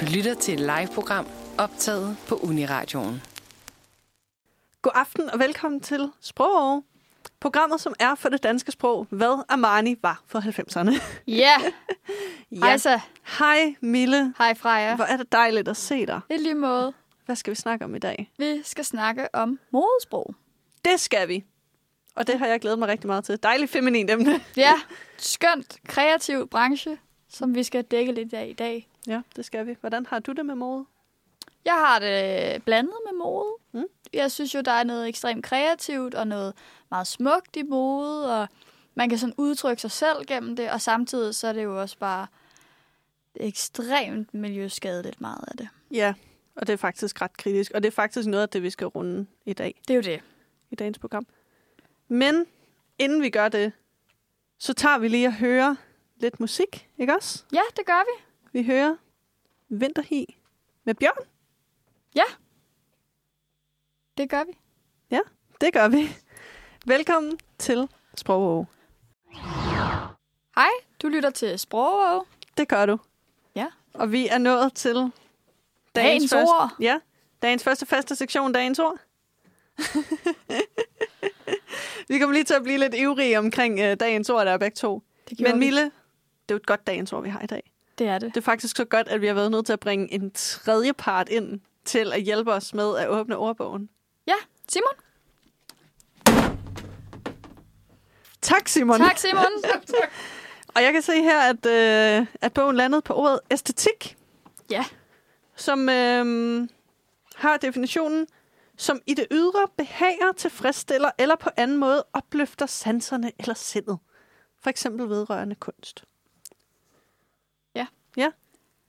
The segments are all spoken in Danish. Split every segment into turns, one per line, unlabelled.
Du lytter til et live-program optaget på Uniradioen.
God aften og velkommen til Sprogåret. Programmet, som er for det danske sprog, hvad Armani var for 90'erne.
Ja, hej så.
Hej Mille.
Hej Freja.
Hvor er det dejligt at se dig.
I lige måde.
Hvad skal vi snakke om i dag?
Vi skal snakke om modesprog.
Det skal vi. Og det har jeg glædet mig rigtig meget til. Dejligt feminin emne.
Ja, skønt, kreativ branche, som vi skal dække lidt af i dag.
Ja, det skal vi. Hvordan har du det med mode?
Jeg har det øh, blandet med mode.
Mm.
Jeg synes jo, der er noget ekstremt kreativt og noget meget smukt i mode, og man kan sådan udtrykke sig selv gennem det, og samtidig så er det jo også bare ekstremt miljøskadeligt meget af det.
Ja, og det er faktisk ret kritisk. Og det er faktisk noget af det, vi skal runde i dag.
Det er jo det.
i dagens program. Men inden vi gør det, så tager vi lige at høre lidt musik, ikke også?
Ja, det gør vi.
Vi hører Vinterhi med Bjørn.
Det gør vi.
Det gør vi. Velkommen til Sprogåge.
Hej, du lytter til Sprogåge.
Det gør du.
Ja.
Og vi er nået til dagens,
Dagens
første,
ord.
Ja, dagens første faste sektion, dagens ord. vi kommer lige til at blive lidt ivrige omkring øh, dagens ord, der er begge to.
Det gjorde
Men
vi.
Mille, det er jo et godt dagens ord, vi har i dag.
Det er det.
Det er faktisk så godt, at vi har været nødt til at bringe en tredje part ind til at hjælpe os med at åbne ordbogen.
Ja, Simon.
Tak, Simon.
Tak, Simon.
Og jeg kan se her, at, øh, at bogen landede på ordet æstetik.
Ja.
Som øh, har definitionen, som i det ydre behager, tilfredsstiller eller på anden måde opløfter sanserne eller sindet. For eksempel vedrørende kunst.
Ja.
Ja.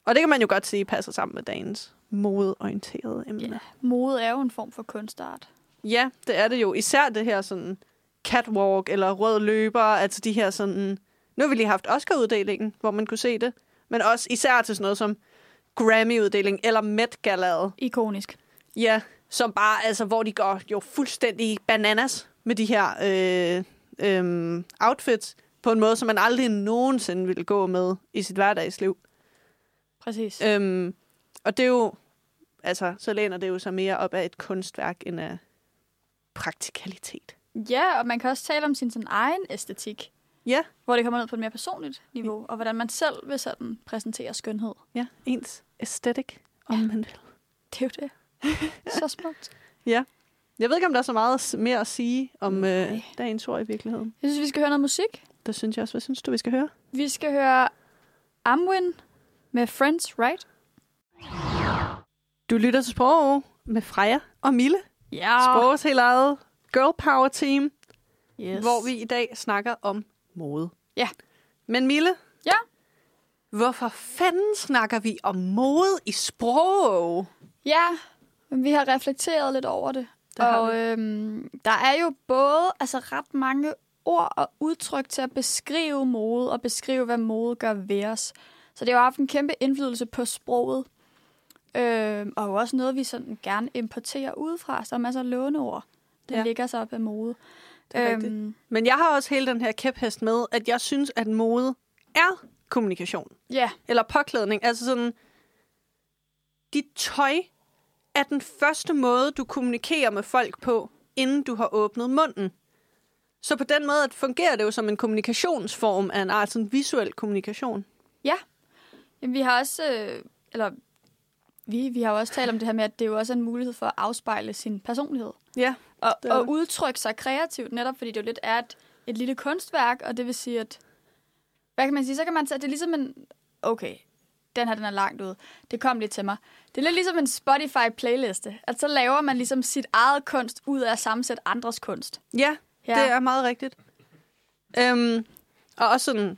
Og det kan man jo godt sige passer sammen med dagens modeorienterede emne.
Ja. Mode er jo en form for kunstart.
Ja, det er det jo. Især det her sådan catwalk eller rød løber, altså de her sådan... Nu har vi lige haft Oscar-uddelingen, hvor man kunne se det. Men også især til sådan noget som Grammy-uddeling eller Met Galaet.
Ikonisk.
Ja, som bare, altså, hvor de går jo fuldstændig bananas med de her øh, øh, outfits på en måde, som man aldrig nogensinde ville gå med i sit hverdagsliv.
Præcis. Øh.
Øhm, og det er jo, altså, så læner det jo sig mere op af et kunstværk end af praktikalitet.
Øh, Ja, og man kan også tale om sin sådan, egen æstetik.
Ja.
Hvor det kommer ned på et mere personligt niveau, og hvordan man selv vil sådan præsentere skønhed.
Ja, ens aesthetic, om man vil.
Det er jo det. Så smukt.
Jeg ved ikke, om der er så meget s- mere at sige om øh,
Nej.
dagens ord i virkeligheden.
Jeg synes, vi skal høre noget musik.
Det synes jeg også. Hvad synes du, vi skal høre?
Vi skal høre Amwin med Friends, right?
Du lytter til Sprog med Freja og Mille.
Ja.
Sprogs helt eget girl power team,
Yes.
hvor vi i dag snakker om mode.
Ja.
Men Mille?
Ja?
Hvorfor fanden snakker vi om mode i sprog?
Ja, men vi har reflekteret lidt over det.
Det har
og
vi.
øhm, der er jo både altså ret mange ord og udtryk til at beskrive mode og beskrive, hvad mode gør ved os. Så det har jo haft en kæmpe indflydelse på sproget. Øhm, og jo også noget, vi sådan gerne importerer udefra. Så der er masser af låneord, der
Ja.
ja. ligger sig op af mode. Øhm,
Det er rigtigt. Men jeg har også hele den her kæphest med, at jeg synes, at mode er kommunikation.
ja,
eller påklædning. Altså sådan, dit tøj er den første måde, du kommunikerer med folk på, inden du har åbnet munden. Så på den måde at fungerer det jo som en kommunikationsform af en art, sådan visuel kommunikation.
Jamen, vi har også, øh, eller vi, vi har jo også talt om det her med, at det jo også er en mulighed for at afspejle sin personlighed.
Ja,
Og,
det er
og
det.
udtrykke sig kreativt, netop fordi det jo lidt er et, et lille kunstværk, og det vil sige, at... Hvad kan man sige? Så kan man sige, at det er ligesom en... Okay, den her, den er langt ud. Det kom lidt til mig. Det er lidt ligesom en Spotify-playliste. At så laver man ligesom sit eget kunst ud af at sammensætte andres kunst.
Ja, ja. det er meget rigtigt. Øhm, og også sådan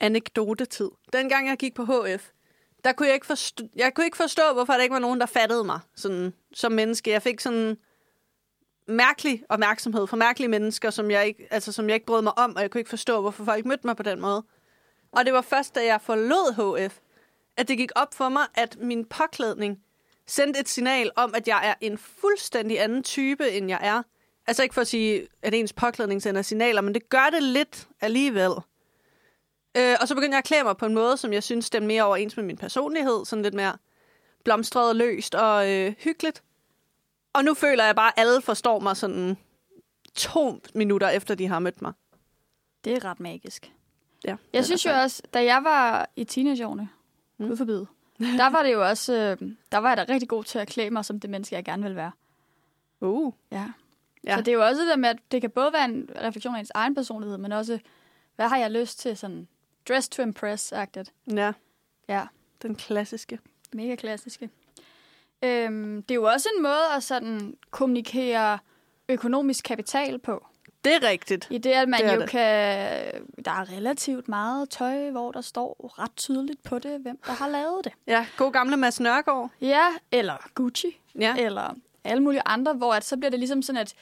anekdotetid. Dengang jeg gik på HF, der kunne jeg ikke forstå, jeg kunne ikke forstå hvorfor der ikke var nogen, der fattede mig sådan, som menneske. Jeg fik sådan mærkelig opmærksomhed fra mærkelige mennesker, som jeg, ikke, altså, som jeg ikke brød mig om, og jeg kunne ikke forstå, hvorfor folk mødte mig på den måde. Og det var først, da jeg forlod HF, at det gik op for mig, at min påklædning sendte et signal om, at jeg er en fuldstændig anden type, end jeg er. Altså ikke for at sige, at ens påklædning sender signaler, men det gør det lidt alligevel. Øh, og så begyndte jeg at klæde mig på en måde, som jeg synes stemte mere overens med min personlighed. Sådan lidt mere blomstret og løst og øh, hyggeligt. Og nu føler jeg bare, at alle forstår mig sådan to minutter efter, de har mødt mig.
Det er ret magisk.
Ja,
Jeg synes jo også, da jeg var i teenageårene,
Mm.
mm. gud forbyde, der var det jo også, øh, der var jeg da rigtig god til at klæde mig som det menneske, jeg gerne vil være.
Uh.
Ja.
Ja.
ja. Så det er jo også det der med, at det kan både være en refleksion af ens egen personlighed, men også, hvad har jeg lyst til sådan dress to impress-agtigt.
Ja,
Ja,
den klassiske.
mega klassiske. Øhm, det er jo også en måde at sådan kommunikere økonomisk kapital på.
Det er rigtigt.
I det, at man
Det
det
er
jo
det.
det. kan... Der er relativt meget tøj, hvor der står ret tydeligt på det, hvem der har lavet det.
Ja, god gamle Mads Nørgaard.
Ja, eller Gucci,
Ja.
ja. eller alle mulige andre, hvor at så bliver det ligesom sådan et,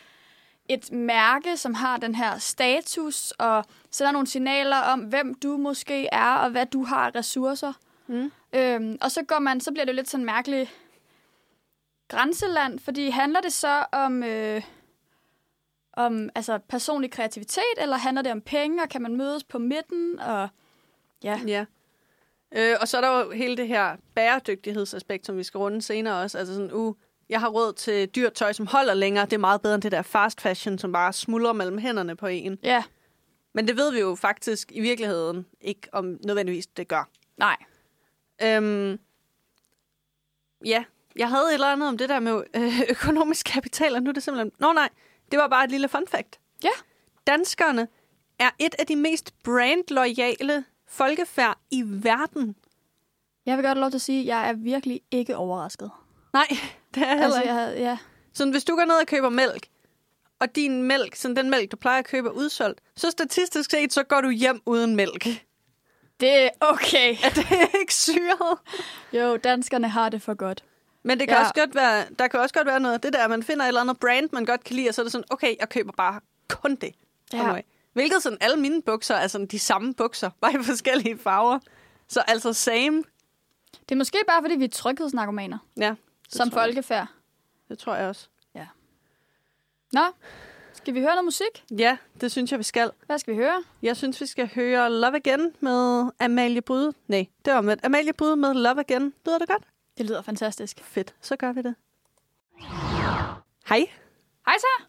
et mærke, som har den her status, og sender nogle signaler om, hvem du måske er, og hvad du har af ressourcer.
Mm.
Øhm, og så går man, så bliver det jo lidt sådan mærkeligt grænseland, fordi handler det så om, øh, om altså personlig kreativitet, eller handler det om penge, og kan man mødes på midten, og ja,
Ja. Øh, og så er der jo hele det her bæredygtighedsaspekt, som vi skal runde senere også. Altså sådan, uh, jeg har råd til dyrt tøj, som holder længere. Det er meget bedre end det der fast fashion, som bare smuldrer mellem hænderne på en.
ja,
Men det ved vi jo faktisk i virkeligheden ikke, om nødvendigvis det gør.
nej.
Øhm, ja, jeg havde et eller andet om det der med øh, økonomisk kapital, og nu er det simpelthen... Nå nej, det var bare et lille fun fact.
Ja.
Danskerne er et af de mest brandloyale folkefærd i verden.
Jeg vil godt have lov til at sige, at jeg er virkelig ikke overrasket.
Nej, det er heller
Altså,
ikke.
jeg, havde- ja.
Sådan, hvis du går ned og køber mælk, og din mælk, sådan den mælk, du plejer at købe, er udsolgt, så statistisk set, så går du hjem uden mælk.
Det er okay.
Er det ikke syret?
Jo, danskerne har det for godt.
Men det kan ja.
Ja.
også godt være, der kan også godt være noget af det der, at man finder et eller andet brand, man godt kan lide, og så er det sådan, okay, jeg køber bare kun det. fra nu af. Hvilket sådan, alle mine bukser er sådan de samme bukser, bare i forskellige farver. Så altså same.
Det er måske bare, fordi vi er tryghedsnarkomaner.
Ja, det
Som
tror jeg.
folkefærd.
Det tror jeg også.
Nå, skal vi høre noget musik?
Ja, det synes jeg, vi skal.
Hvad skal vi høre?
Jeg synes, vi skal høre Love Again med Amalie Bryde. Nej, det var med Amalie Bryde med Love Again. Lyder det godt?
Det lyder fantastisk.
Fedt, så gør vi det. Hej,
Hej så!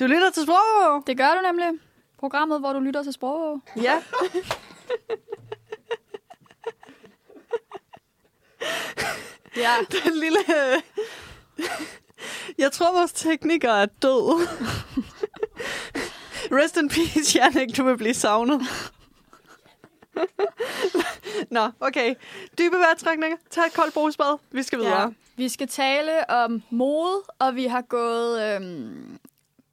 du lytter til sprog.
Det gør du nemlig. Programmet, hvor du lytter til sprog.
Ja.
Ja.
Den lille... Jeg tror, vores tekniker er død. Rest in peace, Janik. Du vil blive savnet. Nå, okay. Dybe vejrtrækninger. Tag et koldt brugsbad. Vi skal videre. Ja.
ja. Vi skal tale om mode, og vi har gået øhm,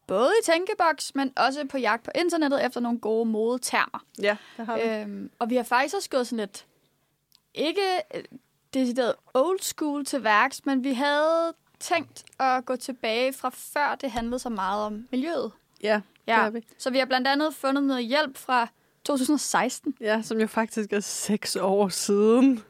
både i tænkeboks, men også på jagt på internettet efter nogle gode modetermer.
Ja, det har vi.
Øhm, og vi har faktisk også gået sådan lidt, ikke øh, decideret old school til værks, men vi havde tænkt at gå tilbage fra før det handlede så meget om miljøet.
Ja, det har vi.
Så vi har blandt andet fundet noget hjælp fra 2016.
Ja, som jo faktisk er seks år siden.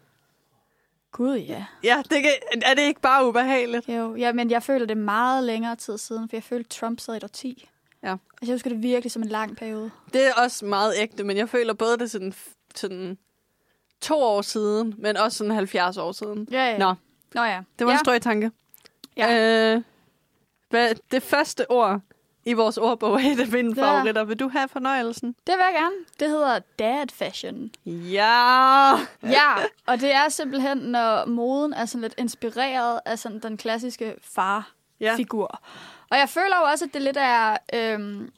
Gud ja.
Ja, det kan, er det ikke bare ubehageligt?
Jo, ja, men jeg føler det er meget længere tid siden, for jeg følte Trump sad i et årti.
Ja.
Altså, jeg husker det virkelig som en lang periode.
Det er også meget ægte, men jeg føler både det er sådan, sådan to år siden, men også sådan 70 år siden.
Ja, ja.
Nå,
Nå ja.
det var ja.
ja.
en strøg tanke. Øh, hvad, det første ord i vores ordbog er et af mine
Ja.
favoritter. Vil du have fornøjelsen?
Det vil jeg gerne. Det hedder dad fashion.
Ja!
Ja, og det er simpelthen, når moden er sådan lidt inspireret af sådan den klassiske
Ja.
far-figur. Ja. Og jeg føler jo også, at det lidt er øhm,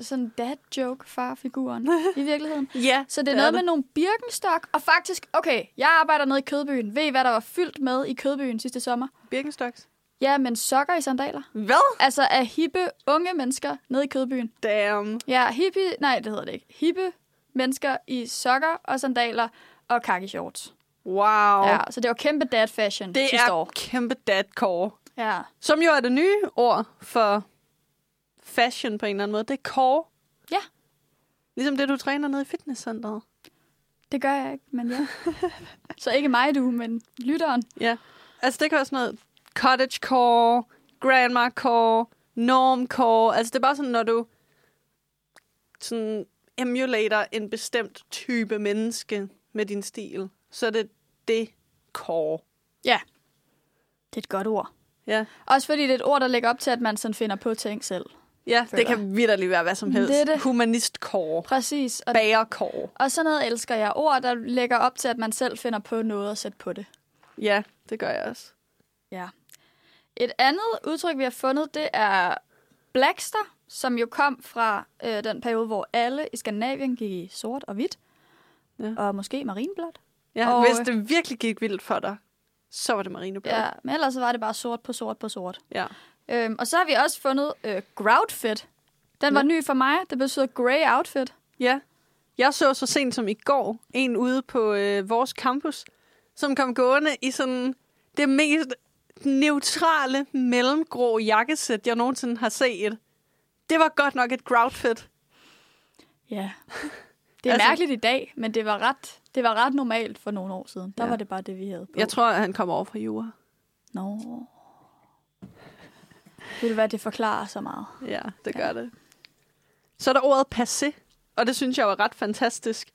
sådan dad joke far-figuren i virkeligheden.
ja
Så det er noget med nogle Birkenstock, og faktisk, okay, jeg arbejder nede i Kødbyen. Ved I, hvad der var fyldt med i Kødbyen sidste sommer?
Birkenstocks.
Ja, men sokker i sandaler.
Hvad?
Altså af hippe unge mennesker nede i Kødbyen.
Damn.
Ja, hippie, nej, det hedder det ikke. Hippe mennesker i sokker og sandaler og khaki shorts.
Wow.
Ja, så det var kæmpe dad fashion
det
sidste
er
år.
kæmpe dadcore.
Ja.
Som jo er det nye ord for fashion på en eller anden måde. Det er core.
Ja.
Ligesom det, du træner nede i fitnesscenteret.
Det gør jeg ikke, men ja. så ikke mig du, men lytteren.
Ja. Altså, det kan være sådan noget cottage core, grandma core, norm core. Altså, det er bare sådan, når du sådan emulater en bestemt type menneske med din stil, så er det det core.
Ja. Det er et godt ord.
Ja,
Også fordi det er et ord, der lægger op til, at man sådan finder på ting selv.
ja det
Føler.
kan vidderligt være hvad som helst.
Det er det.
Humanistkår.
Præcis. Og,
Bagerkår.
og sådan noget elsker jeg. Ord, der lægger op til, at man selv finder på noget at sætte på det.
Ja, det gør jeg også.
Ja. Et andet udtryk, vi har fundet, det er blackster, som jo kom fra øh, den periode, hvor alle i Skandinavien gik i sort og hvidt.
Ja.
Ja. Og måske marinblåt.
Ja,
Og,
hvis
øh,
det virkelig gik vildt for dig, så var det marineblad.
Ja, men ellers så var det bare sort på sort på sort.
ja.
Øhm, og så har vi også fundet øh, groutfit. Den var
Ja.
ny for mig. Det betyder grey outfit.
Ja. Jeg så så sent som i går en ude på øh, vores campus, som kom gående i sådan det mest neutrale mellemgrå jakkesæt, jeg nogensinde har set. Det var godt nok et groutfit.
Ja. Det er
Altså-
altså, mærkeligt i dag, men det var ret, det var ret normalt for nogle år siden.
Ja.
Der ja. var det bare det, vi havde på.
Jeg tror, at han kommer over fra Jura.
Nå. Det ville være, at det forklarer så meget.
Ja, det gør det. Så er der ordet passé, og det synes jeg var ret fantastisk.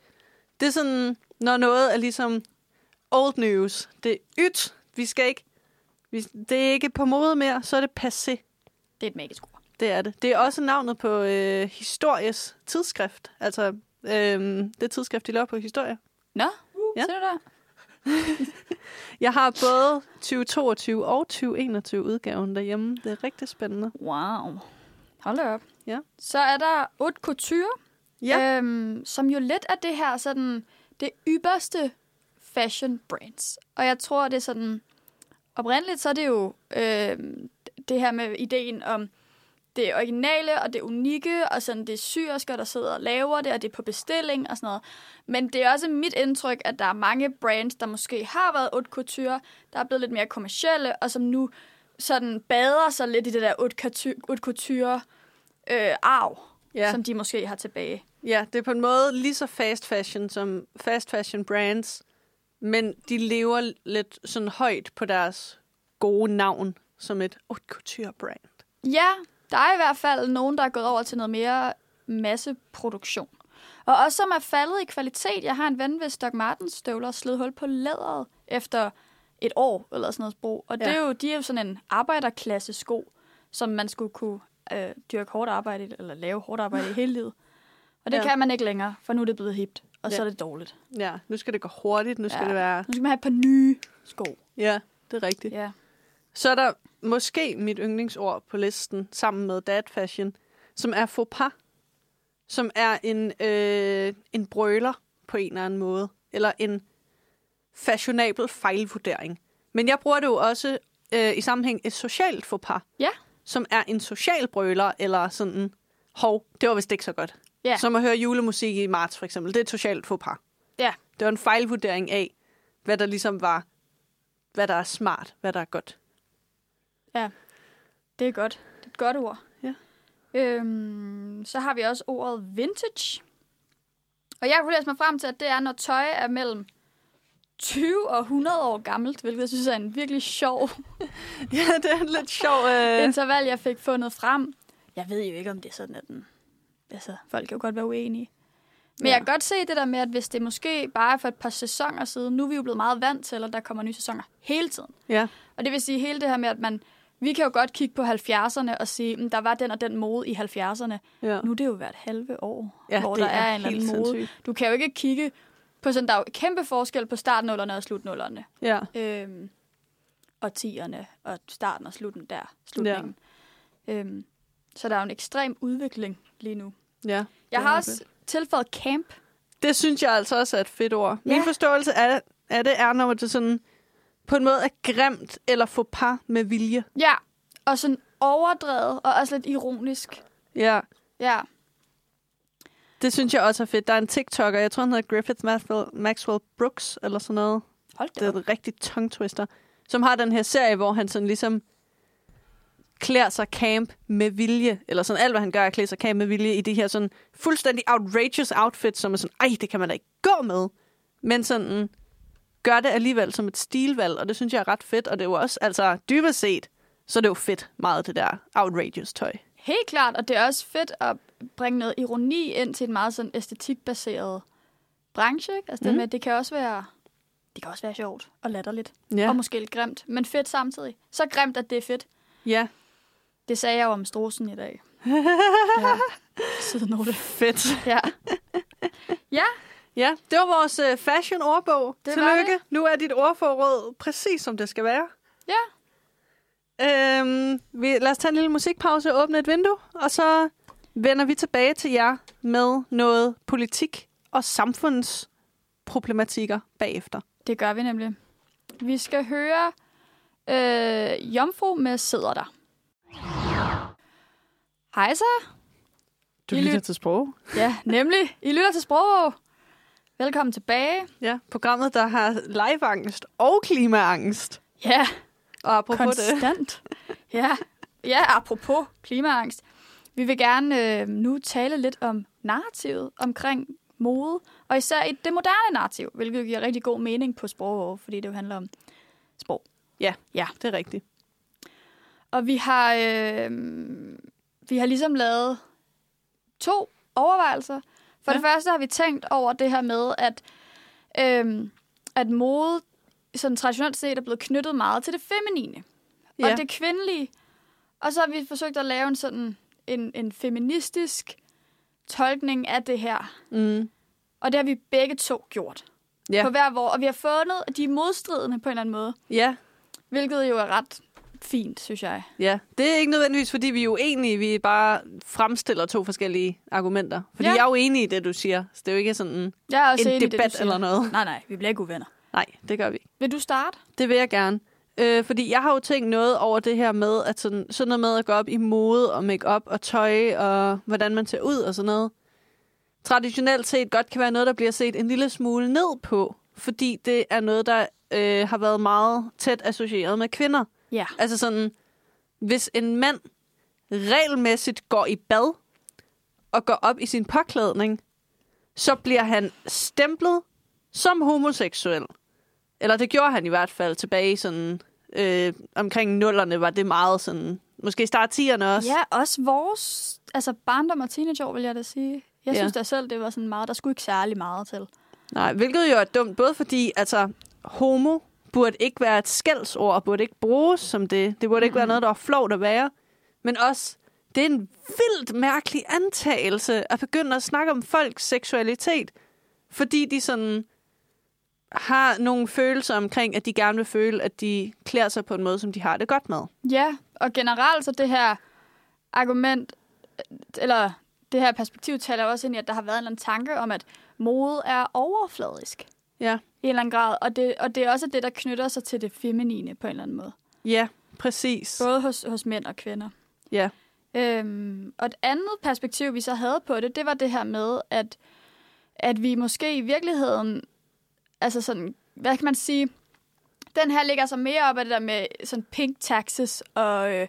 Det er sådan, når noget er ligesom old news. Det er ydt. Vi skal ikke... Vi, det er ikke på mode mere, så er det passé.
Det er et magisk ord.
Det er det. Det er også navnet på øh, histories tidsskrift. Altså, øh, det tidsskrift, de laver på historie.
Nå,
Ja.
ja. ser du der?
Jeg har både 2022 og 2021 udgaven derhjemme. Det er rigtig spændende.
Wow. Hold da op.
Ja.
Så er der haute couture,
Ja,
øhm, som jo lidt er det her sådan, det ypperste fashion brands. Og jeg tror, det er sådan, oprindeligt så er det jo øhm, det her med ideen om det originale og det unikke, og sådan det er syrsker, der sidder og laver det, og det er på bestilling og sådan noget. Men det er også mit indtryk, at der er mange brands, der måske har været haute couture, der er blevet lidt mere kommercielle, og som nu sådan bader sig lidt i det der haute couture, haute couture øh, arv,
Ja.
ja. som de måske har tilbage.
ja, det er på en måde lige så fast fashion som fast fashion brands, men de lever lidt sådan højt på deres gode navn som et haute couture brand.
Ja, der er i hvert fald nogen, der er gået over til noget mere masseproduktion. Og også som er faldet i kvalitet. Jeg har en ven ved Doc Martens støvler og slid hul på læderet efter et år eller sådan noget brug. Og det
Ja.
er jo, de er jo sådan en arbejderklasse sko, som man skulle kunne øh, dyrke hårdt arbejde i, eller lave hårdt arbejde i hele livet. Og det
Ja.
ja. kan man ikke længere, for nu er det blevet hipt, og ja.
Ja.
så er det dårligt.
Ja, nu skal det gå hurtigt, nu skal
Ja.
det være...
Nu skal man have et par nye sko.
Ja, det er rigtigt.
Ja.
Så er der måske mit yndlingsord på listen, sammen med dad fashion, som er faux pas, som er en, øh, en brøler på en eller anden måde, eller en fashionabel fejlvurdering. Men jeg bruger det jo også øh, i sammenhæng et socialt faux pas,
Ja.
som er en social brøler, eller sådan, hov, det var vist ikke så godt.
Ja.
Som at høre julemusik i marts, for eksempel. Det er et socialt faux pas.
Ja.
Det var en fejlvurdering af, hvad der ligesom var, hvad der er smart, hvad der er godt.
Det er godt. Det er et godt ord.
Ja.
Øhm, så har vi også ordet vintage. Og jeg kunne læse mig frem til, at det er, når tøj er mellem 20 og 100 år gammelt, hvilket jeg synes er en virkelig sjov
Ja, det er en lidt sjov...
øh.
Øh...
interval, jeg fik fundet frem. Jeg ved jo ikke, om det er sådan, at den... Altså, folk kan jo godt være uenige. Men
Ja.
ja. jeg kan godt se det der med, at hvis det måske bare er for et par sæsoner siden, nu er vi jo blevet meget vant til, at der kommer nye sæsoner hele tiden.
Ja.
Og det vil sige hele det her med, at man, vi kan jo godt kigge på 70'erne og sige, "Mm, der var den og den mode i 70'erne.
ja.
Nu er det jo hvert halve år,
ja,
hvor
det
der er, en eller
helt
anden mode.
sindssygt.
Du kan jo ikke kigge på sådan, der er jo kæmpe forskel på startnullerne og slutnullerne.
Ja.
Øhm, og tierne og starten og slutten der, slutningen. Ja. Øhm, så der er jo en ekstrem udvikling lige nu.
ja.
Jeg
det
har
er
også tilføjet camp.
det. Det synes jeg altså også er et fedt ord. Ja. Min
Ja.
forståelse af, af det er, når det sådan på en måde er grimt eller få par med vilje.
Ja, og sådan overdrevet og også lidt ironisk.
Ja.
Ja,
Det synes jeg også er fedt. Der er en TikToker, jeg tror han hedder Griffith Maxwell, Maxwell Brooks eller sådan noget.
hold da
Det er
op.
en rigtig tongue twister. Som har den her serie, hvor han sådan ligesom klæder sig camp med vilje. Eller sådan alt, hvad han gør, er at klæde sig camp med vilje i de her sådan fuldstændig outrageous outfits, som er sådan, ej, det kan man da ikke gå med. Men sådan gør det alligevel som et stilvalg, og det synes jeg er ret fedt. Og det er jo også, altså dybest set, så er det jo fedt meget det der outrageous tøj.
Helt klart, og det er også fedt at bringe noget ironi ind til en meget sådan æstetikbaseret branche. Ikke? Altså mm. det,
Mhm.
med, at det kan også være det kan også være sjovt og latterligt, ja.
Ja.
og måske lidt grimt, men fedt samtidig. Så grimt, at det er fedt.
ja.
Det sagde jeg jo om strosen i dag. ja. Sidenote.
Fedt.
Ja. ja,
Ja, det var vores øh, fashion-ordbog.
Det var
Tillykke. Nu er dit ordforråd præcis, som det skal være.
ja.
Øhm, vi, lad os tage en lille musikpause og åbne et vindue, og så vender vi tilbage til jer med noget politik og samfundsproblematikker bagefter.
Det gør vi nemlig. Vi skal høre øh, Jomfru med Sidder der. Hej så.
Du
I lyt-
lytter til sprog.
Ja, nemlig. I lytter til Sprog. Velkommen tilbage.
Ja, programmet, der har liveangst og klimaangst.
Ja,
Og apropos det.
konstant. Ja. ja, apropos klimaangst. Vi vil gerne øh, nu tale lidt om narrativet omkring mode, og især i det moderne narrativ, hvilket giver rigtig god mening på sprog, fordi det jo handler om sprog.
Det er rigtigt.
Og vi har, øh, vi har ligesom lavet to overvejelser. For ja. det første har vi tænkt over det her med, at, øh, at mode sådan traditionelt set er blevet knyttet meget til det feminine ja.
Ja.
og det kvindelige. Og så har vi forsøgt at lave en sådan en, en feministisk tolkning af det her.
Mm.
Og det har vi begge to gjort.
Ja.
På hver vor, og vi har fundet, at de er modstridende på en eller anden måde.
ja,
Hvilket jo er ret fint, synes jeg.
ja. Det er ikke nødvendigvis, fordi vi er uenige. Vi bare fremstiller to forskellige argumenter. Fordi
Ja.
ja. jeg er jo enig i det, du siger. Så det er jo ikke sådan en
Jeg er også enig i
debat
det, du siger.
eller noget.
Nej, nej, vi bliver ikke uvenner.
Nej, det gør vi ikke.
Vil du starte?
Det vil jeg gerne. Øh, fordi jeg har jo tænkt noget over det her med, at sådan, sådan noget med at gå op i mode og makeup og tøj og hvordan man ser ud og sådan noget. Traditionelt set godt kan være noget, der bliver set en lille smule ned på, fordi det er noget, der øh, har været meget tæt associeret med kvinder.
Ja.
Altså sådan, hvis en mand regelmæssigt går i bad og går op i sin påklædning, så bliver han stemplet som homoseksuel. Eller det gjorde han i hvert fald tilbage i sådan, øh, omkring nullerne var det meget sådan, måske start 10'erne også.
Ja, også vores altså barndom og teenageår, vil jeg da sige. Jeg
Ja.
synes da selv, det var sådan meget, der skulle ikke særlig meget til.
Nej, hvilket jo er dumt, både fordi altså, homo burde ikke være et skældsord, og burde ikke bruges som det. Det burde ikke være noget, der er flovt at være. Men også, det er en vildt mærkelig antagelse at begynde at snakke om folks seksualitet, fordi de sådan har nogle følelser omkring, at de gerne vil føle, at de klæder sig på en måde, som de har det godt med.
Ja, og generelt så det her argument, øh, eller det her perspektiv taler også ind i, at der har været en eller anden tanke om, at mode er overfladisk
Ja,
i en eller anden grad. Og det, og det er også det, der knytter sig til det feminine på en eller anden måde.
ja præcis.
Både hos, hos mænd og kvinder.
Ja.
Øhm, og et andet perspektiv, vi så havde på det, det var det her med, at, at vi måske i virkeligheden, altså sådan, hvad kan man sige, den her ligger så mere op af det der med sådan pink taxes og øh,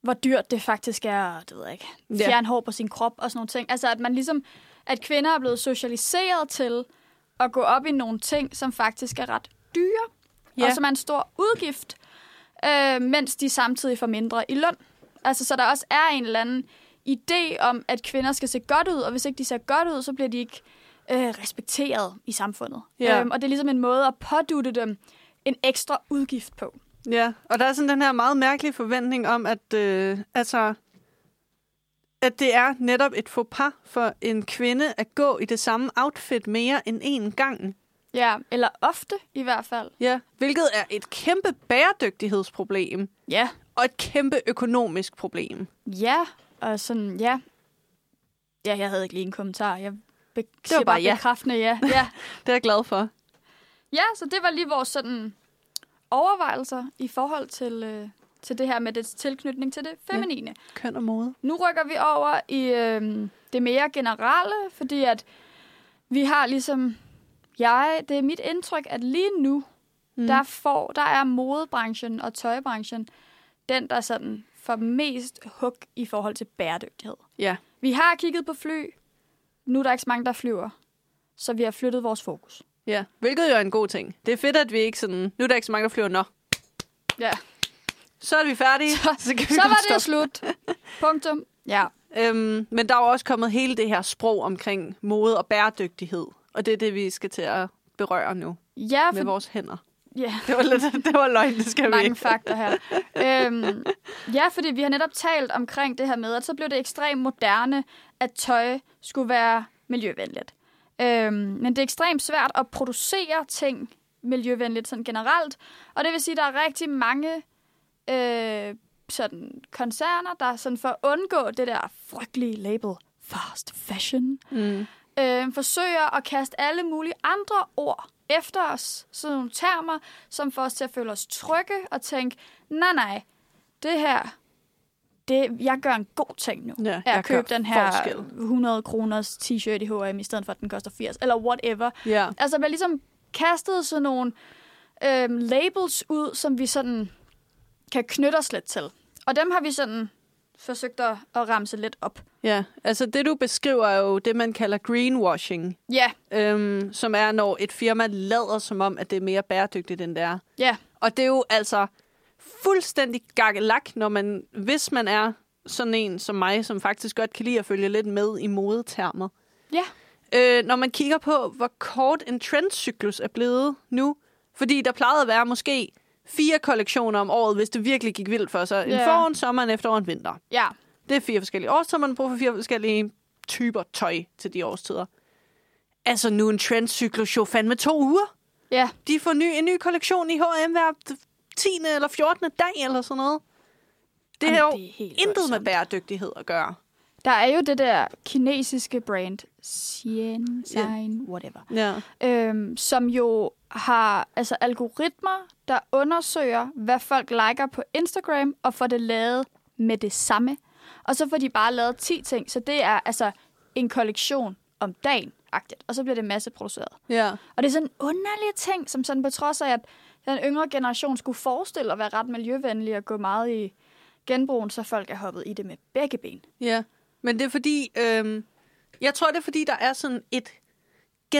hvor dyrt det faktisk er, og det ved jeg ikke,
Ja.
fjerne hår på sin krop og sådan nogle ting. Altså at man ligesom, at kvinder er blevet socialiseret til at gå op i nogle ting, som faktisk er ret dyre,
Ja.
og som er en stor udgift, øh, mens de samtidig får mindre i løn. Altså, så der også er en eller anden idé om, at kvinder skal se godt ud, og hvis ikke de ser godt ud, så bliver de ikke øh, respekteret i samfundet.
Ja.
Øhm, og det er ligesom en måde at pådutte dem en ekstra udgift på.
Ja, og der er sådan den her meget mærkelige forventning om, at, øh, altså, at det er netop et faux pas for en kvinde at gå i det samme outfit mere end én gang.
Ja, eller ofte i hvert fald.
Ja. Hvilket er et kæmpe bæredygtighedsproblem
Ja.
og et kæmpe økonomisk problem.
Ja, og sådan, ja. Ja, jeg havde ikke lige en kommentar. Jeg be- det
bare ja.
bekræftende ja. ja.
Det er jeg glad for.
Ja, så det var lige vores sådan overvejelser i forhold til, øh, til det her med dets tilknytning til det feminine. Ja.
Køn og mode.
Nu rykker vi over i øh, det mere generelle, fordi at vi har ligesom jeg, det er mit indtryk, at lige nu, mm. der, får, der er modebranchen og tøjbranchen den, der sådan får mest hug i forhold til bæredygtighed.
Ja.
Vi har kigget på fly. Nu er der ikke så mange, der flyver. Så vi har flyttet vores fokus.
Ja, hvilket jo er en god ting. Det er fedt, at vi ikke sådan... Nu er der ikke så mange, der flyver. Nå,
Ja.
så er vi færdige.
Så-
kan vi
Så
godt
var
stoppe.
det slut. Punktum. Ja.
Øhm, men der er jo også kommet hele det her sprog omkring mode og bæredygtighed. Og det er det, vi skal til at berøre nu
Ja,
med
for,
vores hænder.
ja.
Det var, lidt, det var løgn, det skal vi
mange
ikke.
fakta her. øhm, ja, fordi vi har netop talt omkring det her med, at så blev det ekstremt moderne, at tøj skulle være miljøvenligt. Øhm, men det er ekstremt svært at producere ting miljøvenligt sådan generelt, og det vil sige, at der er rigtig mange øh, sådan koncerner, der sådan for at undgå det der frygtelige label, fast fashion,
Mm.
øh, forsøger at kaste alle mulige andre ord efter os, sådan nogle termer, som får os til at føle os trygge og tænke, nej nej, det her, det, jeg gør en god ting nu.
Ja,
af
jeg
at købe
gør
den her
forskel.
100 kroners t-shirt i H&M, i stedet for at den koster 80, eller whatever.
Ja.
Altså, der bliver ligesom kastet sådan nogle øhm, labels ud, som vi sådan kan knytte os lidt til. Og dem har vi sådan forsøgt at, at ramse lidt op.
ja, altså det du beskriver er jo det, man kalder greenwashing.
Ja,
Øhm, som er, når et firma lader som om, at det er mere bæredygtigt, end det er.
ja,
Og det er jo altså fuldstændig gakkelak, når man, hvis man er sådan en som mig, som faktisk godt kan lide at følge lidt med i modetermer.
ja.
Øh, når man kigger på, hvor kort en trendcyklus er blevet nu, fordi der plejede at være måske fire kollektioner om året, hvis det virkelig gik vildt for sig. En
Ja.
forår, en sommer, en efterår, en vinter.
Ja,
Det er fire forskellige årstider, man bruger for fire forskellige typer tøj til de årstider. Altså nu er en trendcyklus jo fandme to uger.
ja.
De får ny, en ny kollektion i H&M hver 10. eller 14. dag eller sådan noget. Det
Jamen,
har jo
det er helt
intet med
voldsomt.
bæredygtighed at gøre.
Der er jo det der kinesiske brand, Xian, Sign, whatever,
Ja.
øhm, som jo har altså algoritmer, der undersøger, hvad folk liker på Instagram, og får det lavet med det samme. Og så får de bare lavet 10 ting, så det er altså en kollektion om dagen, agtigt, og så bliver det masseproduceret.
ja.
Og det er sådan en underlig ting, som sådan på trods af, at den yngre generation skulle forestille at være ret miljøvenlig og gå meget i genbrugen, så folk er hoppet i det med begge ben.
Ja, men det er fordi, øhm, jeg tror det er fordi, der er sådan et